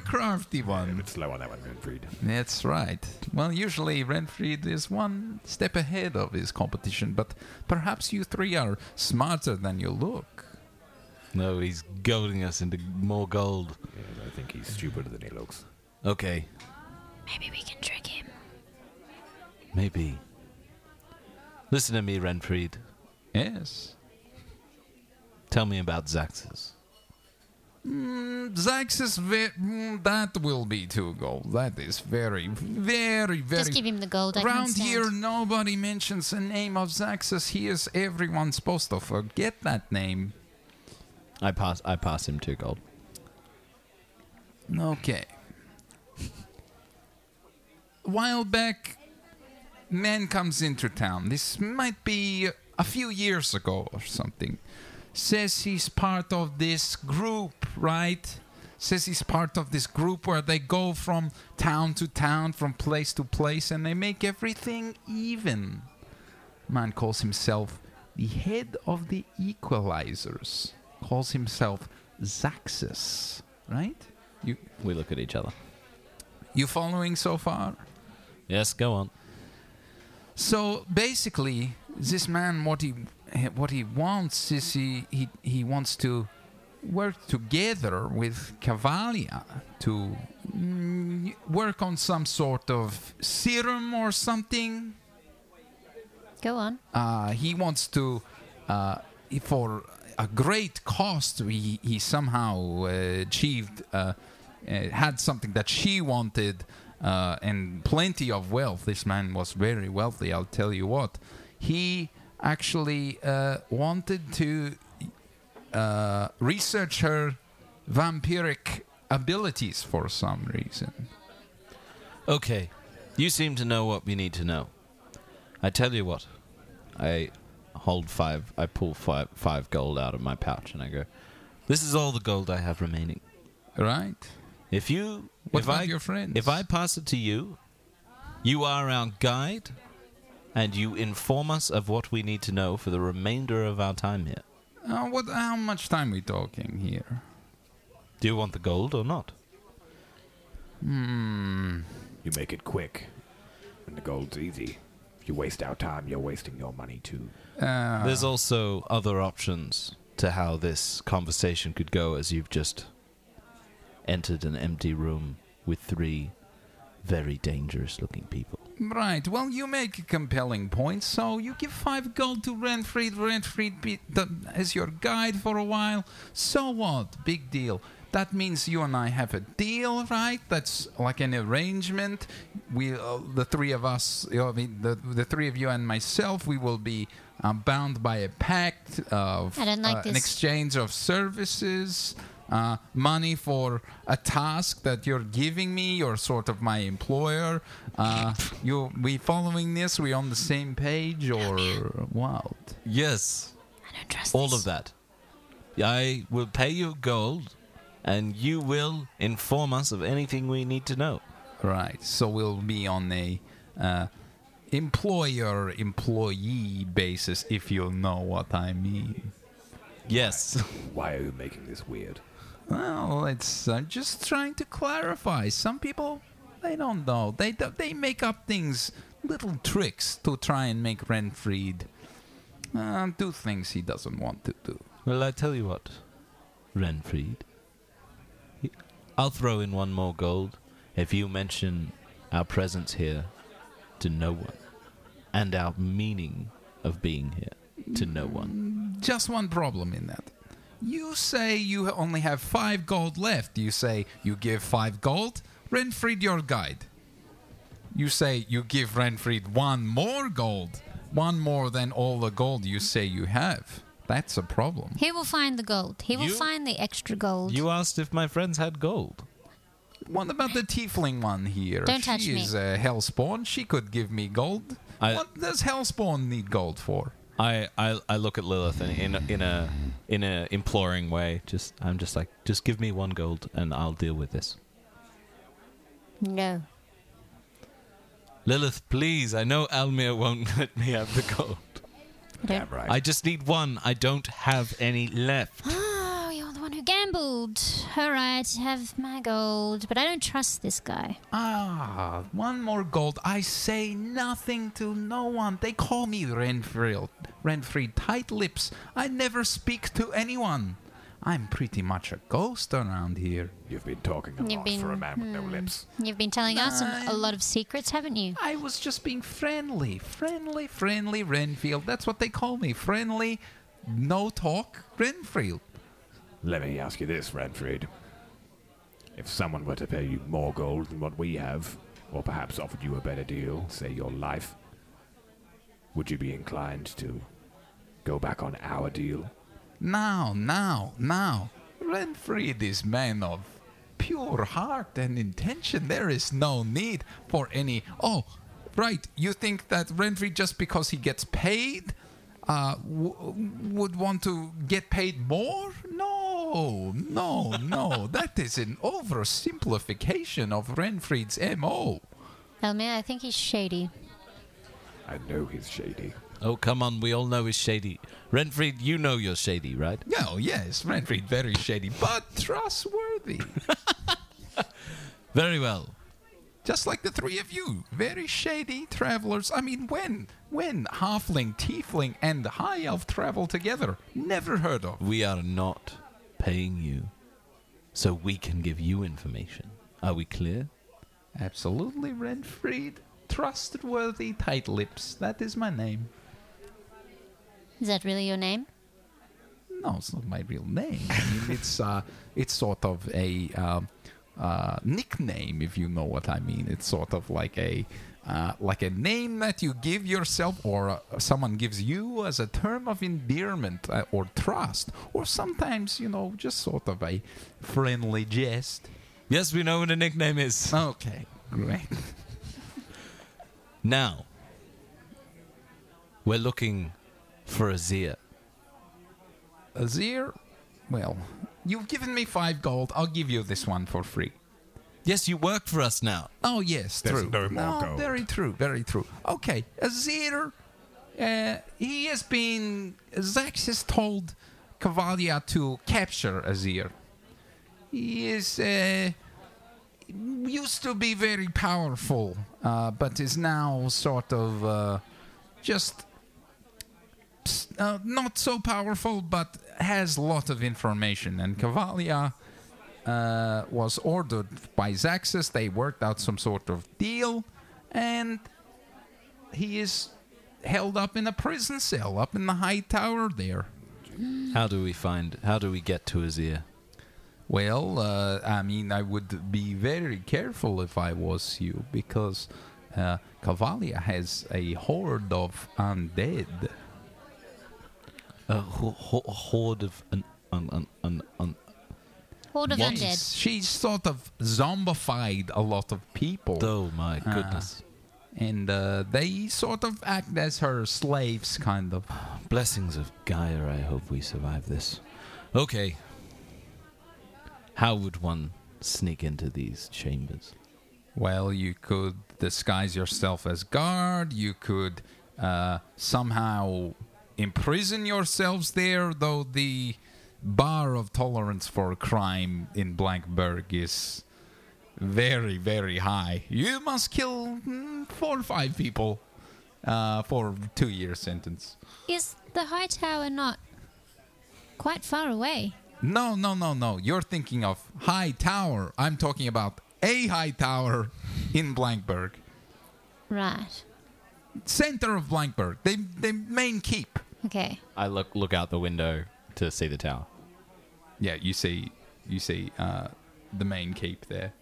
[SPEAKER 5] crafty
[SPEAKER 7] a
[SPEAKER 5] one.
[SPEAKER 7] bit slow on that one, Renfried.
[SPEAKER 5] That's right. Well, usually Renfried is one step ahead of his competition, but perhaps you three are smarter than you look.
[SPEAKER 2] No, he's goading us into more gold.
[SPEAKER 7] Yes, I think he's stupider than he looks.
[SPEAKER 2] Okay,
[SPEAKER 3] Maybe we can trick him.
[SPEAKER 2] maybe. Listen to me, Renfried.
[SPEAKER 5] Yes.
[SPEAKER 2] Tell me about Zaxus.
[SPEAKER 5] Zax's, ve- mm, that will be two gold. That is very, very, very
[SPEAKER 3] Just give him the gold. I can't
[SPEAKER 5] Around
[SPEAKER 3] stand.
[SPEAKER 5] here, nobody mentions the name of Zaxus. He is everyone's supposed to forget that name.
[SPEAKER 2] I pass, I pass him two gold.
[SPEAKER 5] Okay. While back, man comes into town. This might be a few years ago or something. Says he's part of this group, right? Says he's part of this group where they go from town to town, from place to place, and they make everything even. Man calls himself the head of the equalizers. Calls himself Zaxus, right? You
[SPEAKER 2] We look at each other.
[SPEAKER 5] you following so far?
[SPEAKER 2] Yes, go on.
[SPEAKER 5] So basically, this man, what he what he wants is he he, he wants to work together with Cavalia to mm, work on some sort of serum or something.
[SPEAKER 3] Go on.
[SPEAKER 5] Uh, he wants to, uh, for a great cost, he, he somehow uh, achieved, uh, uh, had something that she wanted uh, and plenty of wealth. This man was very wealthy, I'll tell you what. he actually uh, wanted to uh, research her vampiric abilities for some reason.
[SPEAKER 2] Okay. You seem to know what we need to know. I tell you what. I hold five. I pull five five gold out of my pouch and I go. This is all the gold I have remaining.
[SPEAKER 5] Right?
[SPEAKER 2] If you,
[SPEAKER 5] What
[SPEAKER 2] if
[SPEAKER 5] about
[SPEAKER 2] I,
[SPEAKER 5] your friends?
[SPEAKER 2] if I pass it to you, you are our guide, and you inform us of what we need to know for the remainder of our time here.
[SPEAKER 5] Uh, what? How much time we talking here?
[SPEAKER 2] Do you want the gold or not?
[SPEAKER 4] You make it quick, and the gold's easy. If you waste our time, you're wasting your money too.
[SPEAKER 5] Uh,
[SPEAKER 2] There's also other options to how this conversation could go as you've just entered an empty room with three very dangerous looking people.
[SPEAKER 5] right. Well, you make a compelling point, so you give five gold to Renfried. Renfried be, the, as your guide for a while. So what? Big deal. That means you and I have a deal, right? That's like an arrangement. We, uh, the three of us, you know, the, the the three of you and myself, we will be um, bound by a pact of
[SPEAKER 3] I don't like
[SPEAKER 5] uh, an
[SPEAKER 3] this.
[SPEAKER 5] exchange of services, uh, money for a task that you're giving me. You're sort of my employer. Uh, you, we following this? We on the same page or what?
[SPEAKER 2] Yes,
[SPEAKER 3] I don't trust
[SPEAKER 2] all
[SPEAKER 3] this.
[SPEAKER 2] of that. I will pay you gold and you will inform us of anything we need to know.
[SPEAKER 5] Right. So we'll be on a uh, employer employee basis, if you know what I mean.
[SPEAKER 2] Yes.
[SPEAKER 4] Why are you making this weird?
[SPEAKER 5] Well, it's uh, just trying to clarify. Some people, they don't know. They do, they make up things, little tricks to try and make Renfried uh, do things he doesn't want to do.
[SPEAKER 2] Well, I tell you what, Renfried. I'll throw in one more gold if you mention our presence here to no one and our meaning of being here to no one.
[SPEAKER 5] Just one problem in that. You say you only have five gold left. You say you give five gold, Renfried your guide. You say you give Renfried one more gold, one more than all the gold you say you have. That's a problem.
[SPEAKER 3] He will find the gold. He will
[SPEAKER 2] You-
[SPEAKER 3] find the extra gold.
[SPEAKER 2] You asked if my friends had gold.
[SPEAKER 5] What about the tiefling one here?
[SPEAKER 3] Don't
[SPEAKER 5] she
[SPEAKER 3] touch me.
[SPEAKER 5] is a hellspawn. She could give me gold.
[SPEAKER 2] I-
[SPEAKER 5] what does hellspawn need gold for?
[SPEAKER 11] I, I, I look
[SPEAKER 2] Look at Lilith in, in in a in a imploring way. Just I'm just like, just give me one gold and I'll deal with this.
[SPEAKER 3] no.
[SPEAKER 2] Lilith, please. I know Almir won't let me have the gold.
[SPEAKER 3] I don't.
[SPEAKER 4] Right.
[SPEAKER 2] I just need one. I don't have any left.
[SPEAKER 3] Oh, you're the one who gambled. All right, have my gold, but I don't trust this guy.
[SPEAKER 5] Ah, one more gold. I say nothing to no one. They call me Renfried. Renfried, tight lips. I never speak to anyone. I'm pretty much a ghost around here.
[SPEAKER 4] You've been talking a
[SPEAKER 3] You've
[SPEAKER 4] lot for
[SPEAKER 3] been-
[SPEAKER 4] a
[SPEAKER 3] hmm,
[SPEAKER 4] man with no lips.
[SPEAKER 3] You've been telling us some, a
[SPEAKER 5] Nine.
[SPEAKER 3] lot of secrets, haven't you?
[SPEAKER 5] I was just being friendly, friendly, friendly Renfield. That's what they call me. Friendly, no talk Renfield.
[SPEAKER 4] Let me ask you this, Renfried. If someone were to pay you more gold than what we have, or perhaps offered you a better deal, say your life, would you be inclined to go back on our deal?
[SPEAKER 5] Now, now, now. Renfried is man of pure heart and intention. There is no need for any. Oh, right. You think that Renfried, just because he gets paid, uh, w- would want to get paid more? No, no, no. that is an oversimplification of Renfried's MO.
[SPEAKER 3] Elmer, I think he's shady.
[SPEAKER 4] I know he's shady.
[SPEAKER 2] Oh, come on. We all know he's shady. Renfried, you know you're shady, right?
[SPEAKER 5] No, yes, Renfried, very shady, but trustworthy.
[SPEAKER 2] Very well.
[SPEAKER 5] just like the three of you very shady travelers i mean when when halfling tiefling and high elf travel together never heard of
[SPEAKER 2] We are not paying you so we can give you information. Are we clear?
[SPEAKER 5] absolutely renfried trustworthy tight lips that is my name
[SPEAKER 3] Is that really your name?
[SPEAKER 5] no it's not my real name I mean, it's uh it's sort of a um, uh, nickname if you know what i mean it's sort of like a uh, like a name that you give yourself or uh, someone gives you as a term of endearment uh, or trust, or sometimes, you know, just sort of a friendly jest.
[SPEAKER 2] Yes, we know what a nickname is.
[SPEAKER 5] Okay, great.
[SPEAKER 2] Now, we're looking for Azir.
[SPEAKER 5] Azir, well, you've given me five gold. I'll give you this one for free.
[SPEAKER 2] Yes, you work for us now.
[SPEAKER 5] Oh yes,
[SPEAKER 7] There's
[SPEAKER 5] true.
[SPEAKER 7] no more gold.
[SPEAKER 5] Very true. Very true. Okay, Azir, uh, he has been. Zax has told Cavalia to capture Azir. He is uh, used to be very powerful, uh, but is now sort of uh, just s- uh, not so powerful, but has a lot of information. And Cavalia uh, was ordered by Zaxxas. They worked out some sort of deal, and he is held up in a prison cell up in the high tower there.
[SPEAKER 2] How do we find? How do we get to Azir?
[SPEAKER 5] Well, uh, I mean, I would be very careful if I was you because uh, Cavalia has a horde of undead.
[SPEAKER 2] A ho- ho- horde of an, un un un un
[SPEAKER 3] Horde of
[SPEAKER 5] She's, she's sort of zombified a lot of people.
[SPEAKER 2] oh my goodness!
[SPEAKER 5] and uh, they sort of act as her slaves, kind of.
[SPEAKER 2] Blessings of Gaia. I hope we survive this. Okay. How would one sneak into these chambers?
[SPEAKER 5] Well, you could disguise yourself as guard. You could uh, somehow imprison yourselves there, though the bar of tolerance for crime in Blankberg is very, very high. You must kill mm, four or five people uh, for two year sentence.
[SPEAKER 3] Is the high tower not quite far away?
[SPEAKER 5] No, no, no, no. You're thinking of High Tower. I'm talking about a High Tower in Blankberg.
[SPEAKER 3] Right.
[SPEAKER 5] center of Blankberg, they they main keep.
[SPEAKER 3] Okay.
[SPEAKER 2] I look look out the window to see the tower.
[SPEAKER 5] Yeah, you see, you see uh, the main keep there,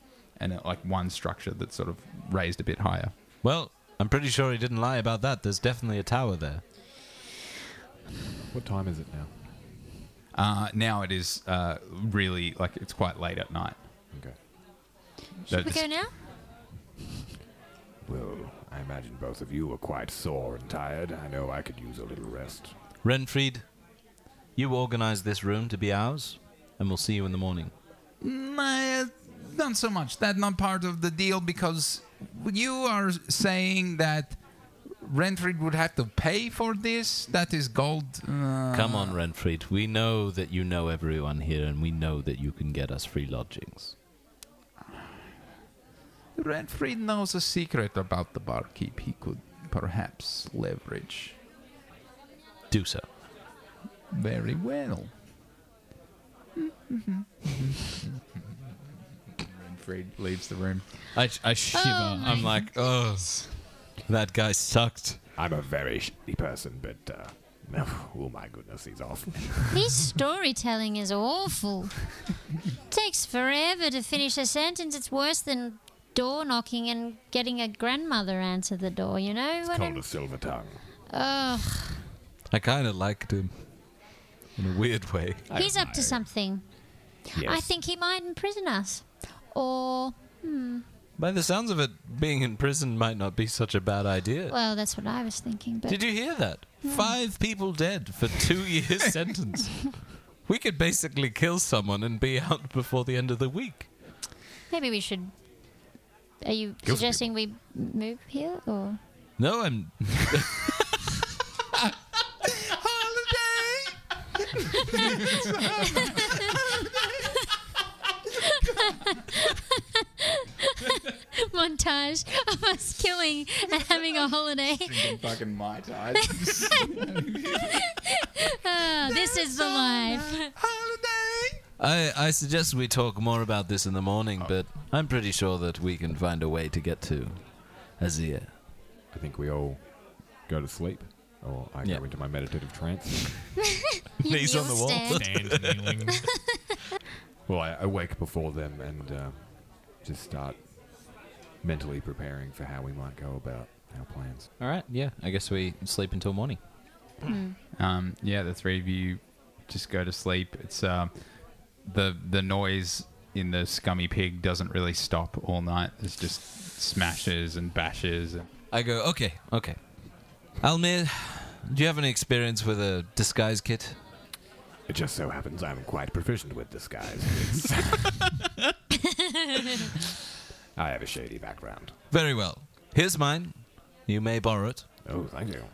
[SPEAKER 5] and uh, like one structure that's sort of raised a bit higher.
[SPEAKER 2] Well, I'm pretty sure he didn't lie about that. There's definitely a tower there.
[SPEAKER 4] What time is it now?
[SPEAKER 5] Uh, now it is uh, really like it's quite late at night.
[SPEAKER 4] Okay.
[SPEAKER 5] So
[SPEAKER 3] Should we
[SPEAKER 5] it's-
[SPEAKER 3] go now?
[SPEAKER 7] Well, I imagine both of you are quite sore and tired. I know I could use a little rest.
[SPEAKER 2] Renfried, you organize this room to be ours, and we'll see you in the morning.
[SPEAKER 5] Nah, not so much. That's not part of the deal because you are saying that Renfried would have to pay for this. That is gold. Uh,
[SPEAKER 2] Come on, Renfried. We know that you know everyone here, and we know that you can get us free lodgings.
[SPEAKER 5] Renfried knows a secret about the barkeep. He could perhaps leverage.
[SPEAKER 2] Do so.
[SPEAKER 5] Very well.
[SPEAKER 2] Mm-hmm.
[SPEAKER 5] Renfried leaves the room.
[SPEAKER 2] I, I shiver.
[SPEAKER 3] Oh my
[SPEAKER 2] I'm like, oh, that guy sucked.
[SPEAKER 7] I'm a very shitty person, but uh, oh my goodness, he's awful.
[SPEAKER 3] This storytelling is awful. takes forever to finish a sentence. It's worse than door knocking and getting a grandmother answer the door, you know? I
[SPEAKER 7] Called
[SPEAKER 3] don't-
[SPEAKER 7] a silver tongue.
[SPEAKER 3] Ugh.
[SPEAKER 2] I kind of liked him in a weird way.
[SPEAKER 3] He's up to something. I think he might imprison us. Or,
[SPEAKER 2] By the sounds of it, being in prison might not be such a bad idea.
[SPEAKER 3] well, that's what I Hmm. was thinking. But
[SPEAKER 2] Did you hear that? Five people dead for two years sentence. We could basically kill someone and be out before the end of the week.
[SPEAKER 3] maybe we should. Are you
[SPEAKER 7] people.
[SPEAKER 3] suggesting we move here? Or
[SPEAKER 2] No, I'm.
[SPEAKER 3] montage of us killing and having a holiday?
[SPEAKER 5] Fucking my time.
[SPEAKER 3] Ah, this is the life.
[SPEAKER 2] I, I suggest we talk more about this in the morning,
[SPEAKER 12] Oh.
[SPEAKER 2] but I'm pretty sure that we can find a way to get to Azir.
[SPEAKER 4] I think we all go to sleep, or I
[SPEAKER 2] Yeah.
[SPEAKER 4] go into my meditative trance.
[SPEAKER 3] You
[SPEAKER 2] Knees on the
[SPEAKER 3] kneel
[SPEAKER 2] wall.
[SPEAKER 3] stand.
[SPEAKER 13] Stand kneeling.
[SPEAKER 4] well, I awake before them and uh, just start
[SPEAKER 14] mentally preparing for how we might go about our plans.
[SPEAKER 12] All right, yeah. I guess we sleep until morning.
[SPEAKER 5] Um, yeah, the three of you just go to sleep. It's uh, the the noise in the scummy pig doesn't really stop all night. There's just smashes and bashes. And
[SPEAKER 2] I go, okay, okay. Almir, do you have any experience with a disguise kit?
[SPEAKER 4] It just so happens I'm quite proficient with disguise. I have a shady background.
[SPEAKER 2] Very well. Here's mine. You may borrow it.
[SPEAKER 4] Oh, thank you.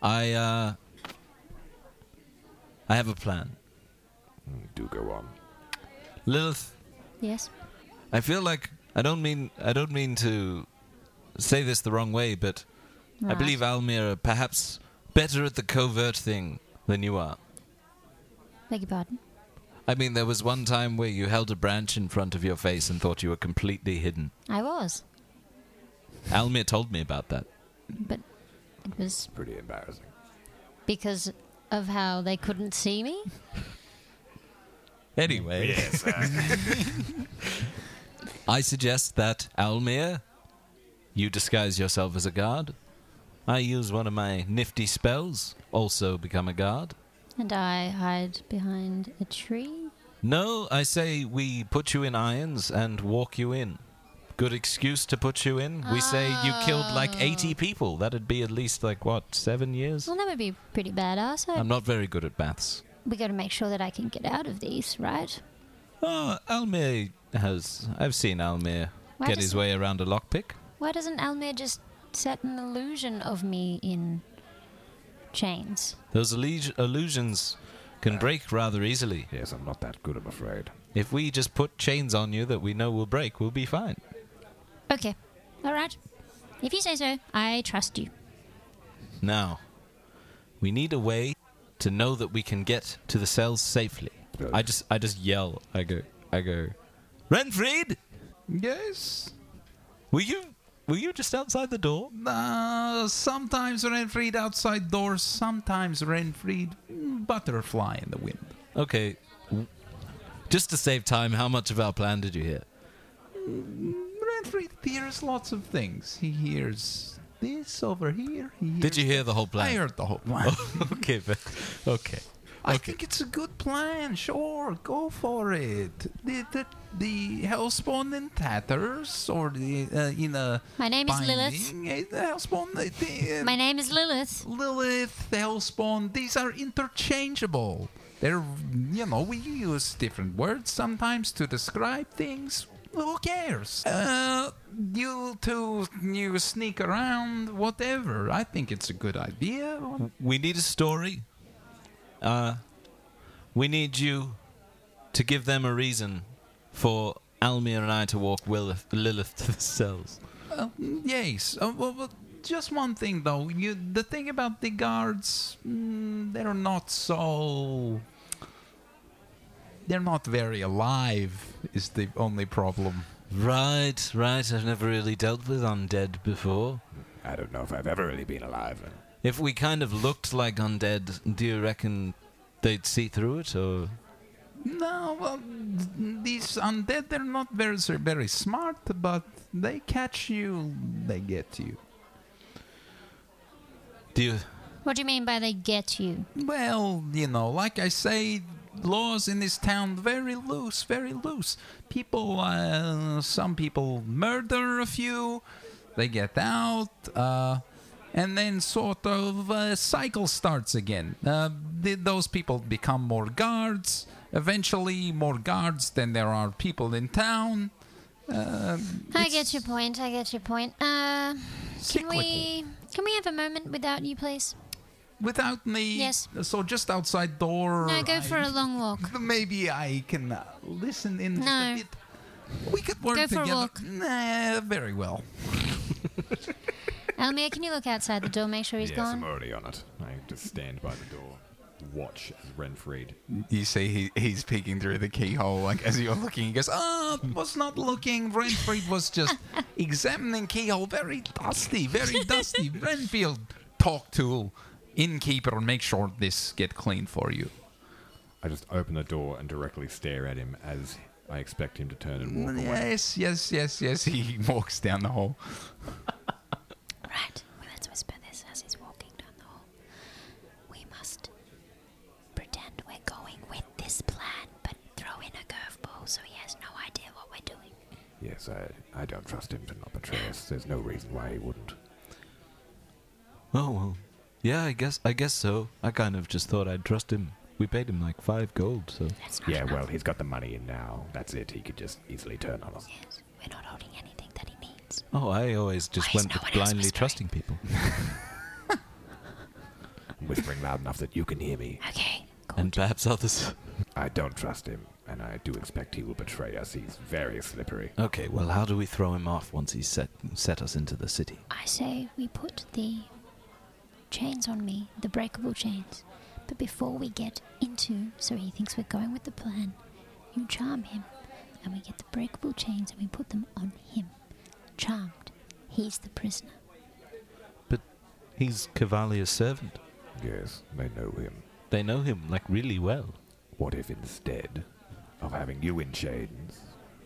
[SPEAKER 2] I uh I have a plan.
[SPEAKER 4] Mm, Do go on.
[SPEAKER 2] Lilith,
[SPEAKER 3] Yes.
[SPEAKER 2] I feel like I don't mean I don't mean to say this the wrong way, but I
[SPEAKER 3] Right.
[SPEAKER 2] believe Almir are perhaps better at the covert thing than you are.
[SPEAKER 3] Beg your pardon.
[SPEAKER 2] I mean, there was one time where you held a branch in front of your face and thought you were completely hidden.
[SPEAKER 3] I was,
[SPEAKER 2] Almir told me about that.
[SPEAKER 3] but it was
[SPEAKER 4] Pretty embarrassing.
[SPEAKER 3] because of how they couldn't see me.
[SPEAKER 2] Anyway, I suggest that Almir, you disguise yourself as a guard. I use one of my nifty spells, also become a guard.
[SPEAKER 3] And I hide behind a tree.
[SPEAKER 2] No, I say we put you in irons and walk you in. Good excuse to put you in. We say you
[SPEAKER 3] Ah.
[SPEAKER 2] killed like 80 people. That'd be at least like what, seven years?
[SPEAKER 3] Well, that would be pretty badass. I,
[SPEAKER 2] I'm not very good at maths.
[SPEAKER 3] we got to make sure that I can get out of these, right?
[SPEAKER 2] Oh, Almir has. I've seen Almir
[SPEAKER 3] Why
[SPEAKER 2] get
[SPEAKER 3] does-
[SPEAKER 2] his way around a lockpick.
[SPEAKER 3] Why doesn't Almir just set an illusion of me in chains?
[SPEAKER 2] Those illu- illusions can break rather easily.
[SPEAKER 4] Uh, Yes, I'm not that good, I'm afraid.
[SPEAKER 2] If we just put chains on you that we know will break, we'll be fine.
[SPEAKER 3] Okay. All right. If you say so, I trust you.
[SPEAKER 2] Now, we need a way to know that we can get to the cells safely. I just, I just yell. I go, I go. Renfried,
[SPEAKER 5] yes,
[SPEAKER 2] were you, were you just outside the door?
[SPEAKER 5] uh, sometimes Renfried outside doors, sometimes Renfried mm, butterfly in the wind.
[SPEAKER 2] Okay. w- Just to save time, how much of our plan did you hear?
[SPEAKER 5] Renfried hears lots of things. He hears this over here. He
[SPEAKER 2] Did you hear the whole
[SPEAKER 5] I
[SPEAKER 2] plan?
[SPEAKER 5] heard the whole plan.
[SPEAKER 2] okay, but, okay.
[SPEAKER 5] I think it's a good plan. Sure, go for it. The the, the hellspawn in tatters, or the uh, in a
[SPEAKER 3] My name is Lilith.
[SPEAKER 5] binding. eh, The hellspawn, the, the, uh,
[SPEAKER 3] My name is Lilith.
[SPEAKER 5] Lilith, the hellspawn. These are interchangeable. They're you know we use different words sometimes to describe things. Who cares? Uh, you two, you sneak around, whatever. I think it's a good idea.
[SPEAKER 2] We need a story. Uh, we need you to give them a reason for Almir and I to walk Willith, Lilith to the cells.
[SPEAKER 5] Uh, yes. Uh, well, well, just one thing though. You the thing about the guards, mm, they're not so. They're not very alive. Is the only problem.
[SPEAKER 2] Right, right. I've never really dealt with undead before.
[SPEAKER 4] I don't know if I've ever really been alive.
[SPEAKER 2] If we kind of looked like undead, do you reckon they'd see through it? Or
[SPEAKER 5] No, well, these undead, they're not very very smart, but they catch you, they get you.
[SPEAKER 2] do you?
[SPEAKER 3] What do you mean by they get you?
[SPEAKER 5] Well, you know, like I say, laws in this town very loose, very loose. People, uh, some people murder a few, they get out, uh, and then sort of uh, cycle starts again. Uh, th- those people become more guards. Eventually, more guards than there are people in town. Uh,
[SPEAKER 3] I
[SPEAKER 5] it's
[SPEAKER 3] get your point. I get your point. Uh, can
[SPEAKER 5] cyclical.
[SPEAKER 3] we can we have a moment without you, please?
[SPEAKER 5] Without me,
[SPEAKER 3] Yes.
[SPEAKER 5] So just outside door.
[SPEAKER 3] No, go
[SPEAKER 5] I-
[SPEAKER 3] for a long walk.
[SPEAKER 5] Maybe I can uh, listen in just
[SPEAKER 3] No.
[SPEAKER 5] a bit. We could work
[SPEAKER 3] Go for a
[SPEAKER 5] together.
[SPEAKER 3] walk.
[SPEAKER 5] Nah, very well.
[SPEAKER 3] Almir, can you look outside the door? Make sure he's
[SPEAKER 4] yes, I'm
[SPEAKER 3] gone.
[SPEAKER 4] already on it. I just stand by the door, watch as Renfried.
[SPEAKER 5] You see, he, he's peeking through the keyhole. Like as you're looking, he goes, "Ah, was not looking." Renfried was just examining keyhole. Very dusty, very dusty. Renfield, talk to innkeeper and make sure this get clean for you.
[SPEAKER 14] I just open the door and directly stare at him as
[SPEAKER 15] I expect him to turn
[SPEAKER 3] Mm,
[SPEAKER 15] and walk away.
[SPEAKER 5] Yes, yes, yes, yes. He walks down the hall.
[SPEAKER 3] Right, well, let's whisper this as he's walking down the hall. We must pretend we're going with this plan, but throw in a curveball so he has no idea what we're doing.
[SPEAKER 4] Yes, I, I don't trust him to not betray us. There's no reason why he wouldn't.
[SPEAKER 2] Oh well, yeah. I guess I guess so. I kind of just thought I'd trust him. We paid him like five gold, so
[SPEAKER 3] That's not
[SPEAKER 4] Yeah,
[SPEAKER 3] enough.
[SPEAKER 4] well, he's got the money in now. That's it. He could just easily turn on us.
[SPEAKER 3] Yes, we're not holding anything that he needs.
[SPEAKER 2] oh, I always just
[SPEAKER 3] Why is
[SPEAKER 2] went
[SPEAKER 3] no
[SPEAKER 2] with
[SPEAKER 3] one else
[SPEAKER 2] blindly
[SPEAKER 3] whispering?
[SPEAKER 2] trusting people.
[SPEAKER 4] Whispering loud enough that you can hear me.
[SPEAKER 3] Okay, cool.
[SPEAKER 2] and perhaps others.
[SPEAKER 4] I don't trust him, and I do expect he will betray us. He's very slippery.
[SPEAKER 2] Okay, well, how do we throw him off once he's set set us into the city?
[SPEAKER 3] I say we put the chains on me, the breakable chains. But before we get into, so he thinks we're going with the plan, you charm him, and we get the breakable chains and we put them on him. Charmed. He's the prisoner.
[SPEAKER 2] He's Cavalier's servant.
[SPEAKER 4] Yes, they know him.
[SPEAKER 2] They know him like really well.
[SPEAKER 4] What if instead of having you in chains,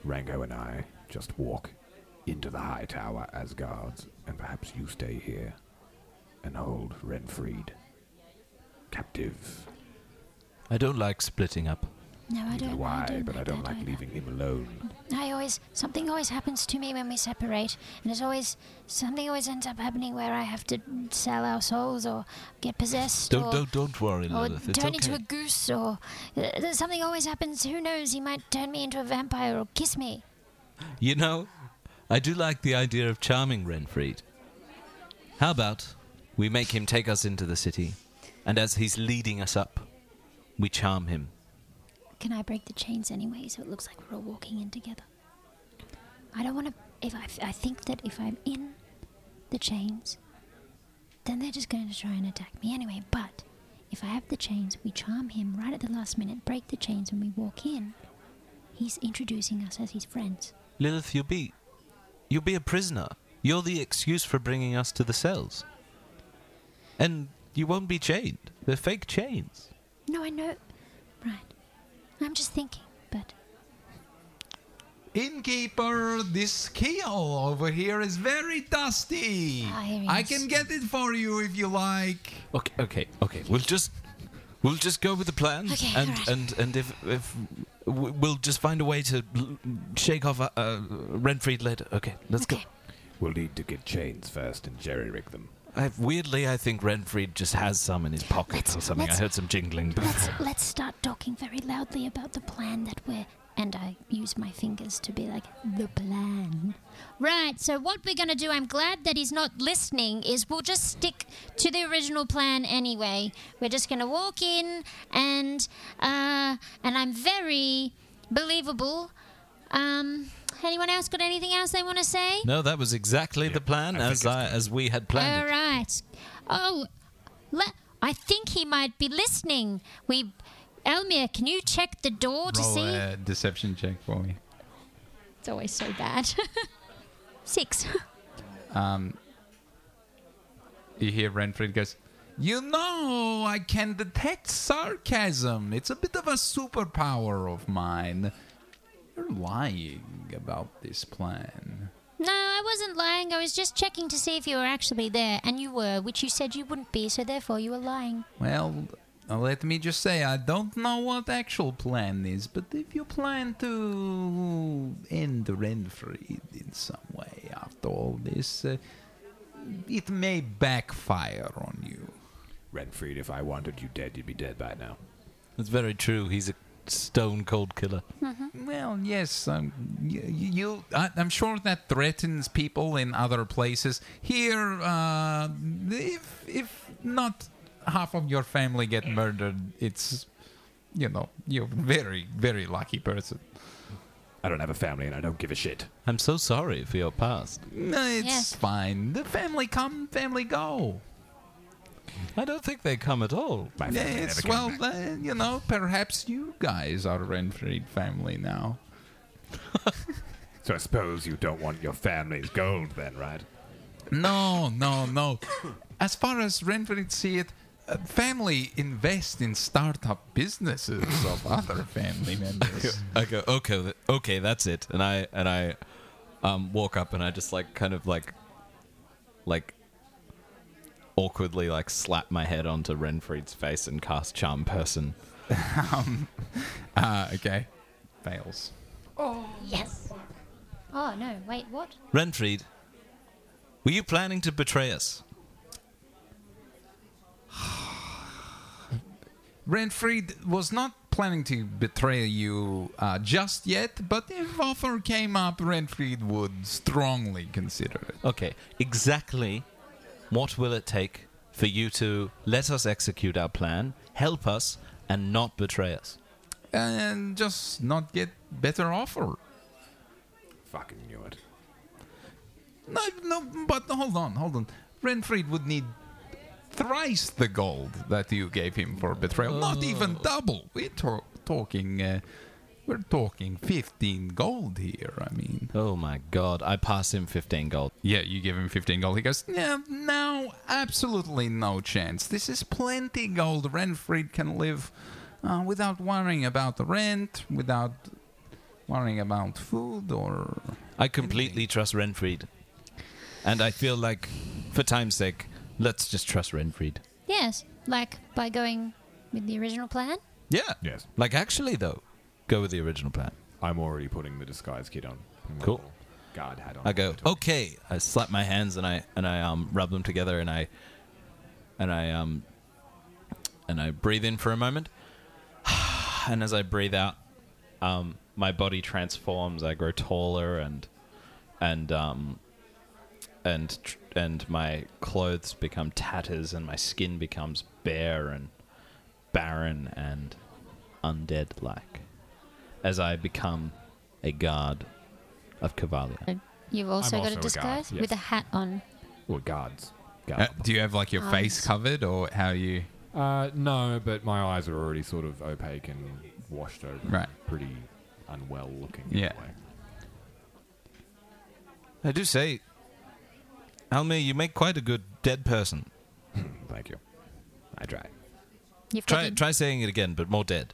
[SPEAKER 4] Rango and I just walk into the high tower as guards, and perhaps you stay here and hold Renfried captive?
[SPEAKER 2] I don't like splitting up.
[SPEAKER 3] No, I
[SPEAKER 4] Neither
[SPEAKER 3] don't.
[SPEAKER 4] do
[SPEAKER 3] I
[SPEAKER 4] I,
[SPEAKER 3] don't
[SPEAKER 4] but I
[SPEAKER 3] like
[SPEAKER 4] don't
[SPEAKER 3] that
[SPEAKER 4] like
[SPEAKER 3] either.
[SPEAKER 4] leaving him alone.
[SPEAKER 3] I always something always happens to me when we separate, and it's always something always ends up happening where I have to sell our souls or get possessed.
[SPEAKER 2] Don't
[SPEAKER 3] or,
[SPEAKER 2] don't don't worry,
[SPEAKER 3] or
[SPEAKER 2] Lilith. It's
[SPEAKER 3] Oh. turn into a
[SPEAKER 2] okay.
[SPEAKER 3] goose, or uh, there's something always happens. Who knows? He might turn me into a vampire or kiss me.
[SPEAKER 2] You know, I do like the idea of charming Renfried. How about we make him take us into the city, and as he's leading us up, we charm him.
[SPEAKER 3] Can I break the chains anyway so it looks like we're all walking in together? I don't want to. If I, I think that if I'm in the chains, then they're just going to try and attack me anyway. But if I have the chains, we charm him right at the last minute, break the chains when we walk in. He's introducing us as his friends.
[SPEAKER 2] Lilith, you'll be, you'll be a prisoner. You're the excuse for bringing us to the cells, and you won't be chained. They're fake chains.
[SPEAKER 3] No, I know. Right. I'm just thinking, but
[SPEAKER 5] Innkeeper, this keyhole over here is very dusty.
[SPEAKER 3] Ah, here he
[SPEAKER 5] I
[SPEAKER 3] is.
[SPEAKER 5] can get it for you if you like.
[SPEAKER 2] Okay, okay, okay. We'll just, we'll just go with the plan,
[SPEAKER 3] Okay,
[SPEAKER 2] and
[SPEAKER 3] alright.
[SPEAKER 2] and and if if we- we'll just find a way to l- shake off uh, uh, Renfried later. Okay, let's go.
[SPEAKER 3] okay.
[SPEAKER 4] We'll need to get chains first and jerry rig them.
[SPEAKER 2] I, weirdly, I think Renfried just has some in his pocket
[SPEAKER 3] Let's-
[SPEAKER 2] or something. I
[SPEAKER 3] let's-
[SPEAKER 2] heard some jingling.
[SPEAKER 3] Let's let's start talking very loudly about the plan that we're and I use my fingers to be like the plan. Right, so what we're going to do, I'm glad that he's not listening, is we'll just stick to the original plan anyway. We're just going to walk in and uh and I'm very believable. Um anyone else got anything else they want to say?
[SPEAKER 2] No, that was exactly the plan as I, as we had planned.
[SPEAKER 3] All
[SPEAKER 2] it.
[SPEAKER 3] right. Oh, le- I think he might be listening. We, Elmir, can you check the door to
[SPEAKER 5] Roll
[SPEAKER 3] see?
[SPEAKER 5] a deception check for me.
[SPEAKER 3] It's always so bad. Six.
[SPEAKER 5] You hear Renfred goes, You know, I can detect sarcasm. It's a bit of a superpower of mine. You're lying about this plan.
[SPEAKER 3] No, I wasn't lying. I was just checking to see if you were actually there, and you were, which you said you wouldn't be, so therefore you were lying.
[SPEAKER 5] Well, let me just say, I don't know what actual plan is, but if you plan to end Renfried in some way after all this, uh, it may backfire on you.
[SPEAKER 4] Renfried, if I wanted you dead, you'd be dead by now.
[SPEAKER 2] It's very true. He's a stone cold killer.
[SPEAKER 5] Well, yes, um, you, you I, I'm sure that threatens people in other places. Here, uh, if if not half of your family get murdered, it's you know you're a very very lucky person.
[SPEAKER 4] I don't have a family and I don't give a shit.
[SPEAKER 2] I'm so sorry for your past.
[SPEAKER 5] No, it's
[SPEAKER 3] Yes.
[SPEAKER 5] fine. The family come, family go.
[SPEAKER 2] I don't think they come at all.
[SPEAKER 4] My family
[SPEAKER 5] Yes,
[SPEAKER 4] never came
[SPEAKER 5] well,
[SPEAKER 4] back.
[SPEAKER 5] uh, you know, perhaps you guys are Renfried family now.
[SPEAKER 4] So I suppose you don't want your family's gold then, right?
[SPEAKER 5] No, no, no. As far as Renfried see it, uh, family invest in startup businesses of other family members.
[SPEAKER 1] I go, okay, th- okay, that's it. And I and I um, walk up and I just like kind of like like awkwardly like slap my head onto Renfried's face and cast charm person.
[SPEAKER 5] Ah, okay. Fails.
[SPEAKER 3] Yes. Oh no! Wait, what?
[SPEAKER 2] Renfried, were you planning to betray us?
[SPEAKER 5] Renfried was not planning to betray you uh, just yet, but if offer came up, Renfried would strongly consider it.
[SPEAKER 2] Okay, exactly what will it take for you to let us execute our plan, help us, and not betray us?
[SPEAKER 5] And just not get better offer.
[SPEAKER 4] Fucking knew it.
[SPEAKER 5] No, no, but hold on, hold on. Renfried would need thrice the gold that you gave him for betrayal. Not
[SPEAKER 4] Oh.
[SPEAKER 5] even double. We're to- talking, uh, we're talking fifteen gold here. I mean,
[SPEAKER 2] Oh my god, I pass him 15 gold.
[SPEAKER 5] yeah, you give him fifteen gold. He goes, yeah, no, absolutely no chance. This is plenty gold. Renfried can live uh, without worrying about the rent, without worrying about food or
[SPEAKER 2] I completely trust Renfried. And I feel like, for time's sake, let's just trust Renfried.
[SPEAKER 3] Yes, like by going with the original plan.
[SPEAKER 2] Yeah.
[SPEAKER 4] Yes.
[SPEAKER 2] Like, actually, though, go with the original plan.
[SPEAKER 4] I'm already putting the disguise kit on. My
[SPEAKER 2] Cool.
[SPEAKER 4] little Guard hat on.
[SPEAKER 2] I go,
[SPEAKER 5] "Oh."
[SPEAKER 2] okay. I slap my hands and I and I um, rub them together and I and I um and I breathe in for a moment, and as I breathe out, um, my body transforms. I grow taller and and um and tr- and my clothes become tatters and my skin becomes bare and barren and undead like as I become a guard of Cavalia.
[SPEAKER 3] You've also
[SPEAKER 4] I'm
[SPEAKER 3] got a
[SPEAKER 4] also a guard,
[SPEAKER 3] disguise
[SPEAKER 4] yes.
[SPEAKER 3] with a hat on.
[SPEAKER 4] Well, guards.
[SPEAKER 5] Uh,
[SPEAKER 4] Guard.
[SPEAKER 5] do you have like your face covered or how you?
[SPEAKER 4] Uh, no, but my eyes are already sort of opaque and washed over. and
[SPEAKER 5] Right.
[SPEAKER 4] Pretty unwell looking.
[SPEAKER 5] Yeah.
[SPEAKER 4] Anyway.
[SPEAKER 2] I do say, Almir, you make quite a good dead person.
[SPEAKER 4] Thank you. I try.
[SPEAKER 3] You've got
[SPEAKER 2] Try
[SPEAKER 3] the-
[SPEAKER 2] try saying it again, but more dead.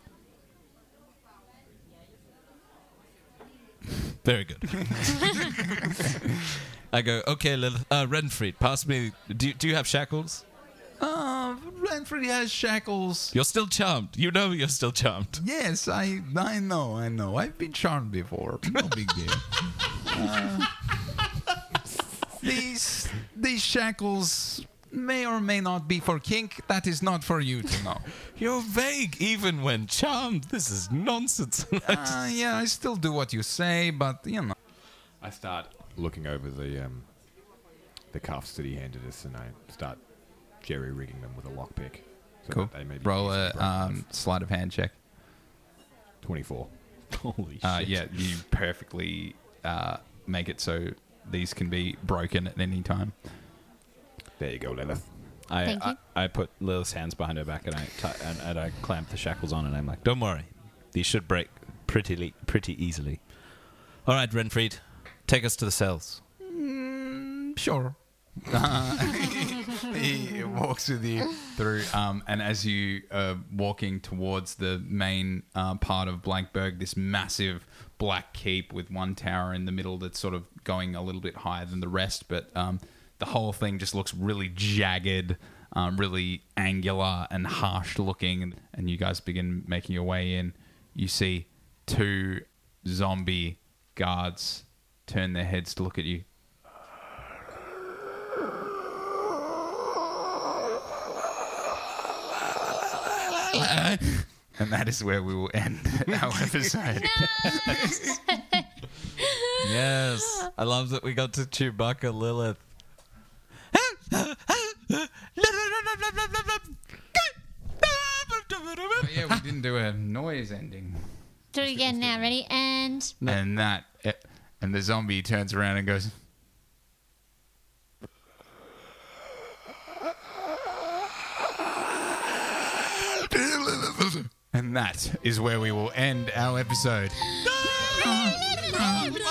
[SPEAKER 2] Very good. I go okay, Lilith. Uh, Renfried, pass me. Do you, do you have shackles?
[SPEAKER 5] Uh, Renfried has shackles.
[SPEAKER 2] You're still charmed. You know you're still charmed.
[SPEAKER 5] Yes, I I know, I know. I've been charmed before. No big deal. Uh, these these shackles may or may not be for kink. That is not for you to know.
[SPEAKER 2] You're vague even when charmed. This is nonsense.
[SPEAKER 5] Uh, yeah, I still do what you say, but you know.
[SPEAKER 4] I start looking over the um, the cuffs that he handed us, and I start jerry rigging them with a lockpick. So
[SPEAKER 5] Cool.
[SPEAKER 4] that They may be
[SPEAKER 5] Roll
[SPEAKER 4] easily
[SPEAKER 5] a
[SPEAKER 4] broken
[SPEAKER 5] um,
[SPEAKER 4] off.
[SPEAKER 5] sleight of hand check.
[SPEAKER 4] twenty-four.
[SPEAKER 2] Holy
[SPEAKER 5] Uh, yeah, you perfectly uh, make it so these can be broken at any time.
[SPEAKER 4] There you go, Lilith.
[SPEAKER 1] I,
[SPEAKER 3] Thank
[SPEAKER 1] I, I put Lilith's hands behind her back and I t- and, and I clamp the shackles on and I'm like, don't worry,
[SPEAKER 2] These should break pretty le- pretty easily. All right, Renfried, take us to the cells.
[SPEAKER 5] Sure. he walks with you through, um, and as you are walking towards the main uh, part of Blankberg, this massive black keep with one tower in the middle that's sort of going a little bit higher than the rest, but um, the whole thing just looks really jagged, um, really angular and harsh looking. And, and you guys begin making your way in. You see two zombie guards turn their heads to look at you. And that is where we will end our episode.
[SPEAKER 2] Yes, I love that we got to Chewbacca Lilith.
[SPEAKER 5] yeah, we didn't do a noise ending.
[SPEAKER 3] Do it again now. Ready? And
[SPEAKER 5] And that, eh, and the zombie turns around and goes, and that is where we will end our episode.
[SPEAKER 3] Oh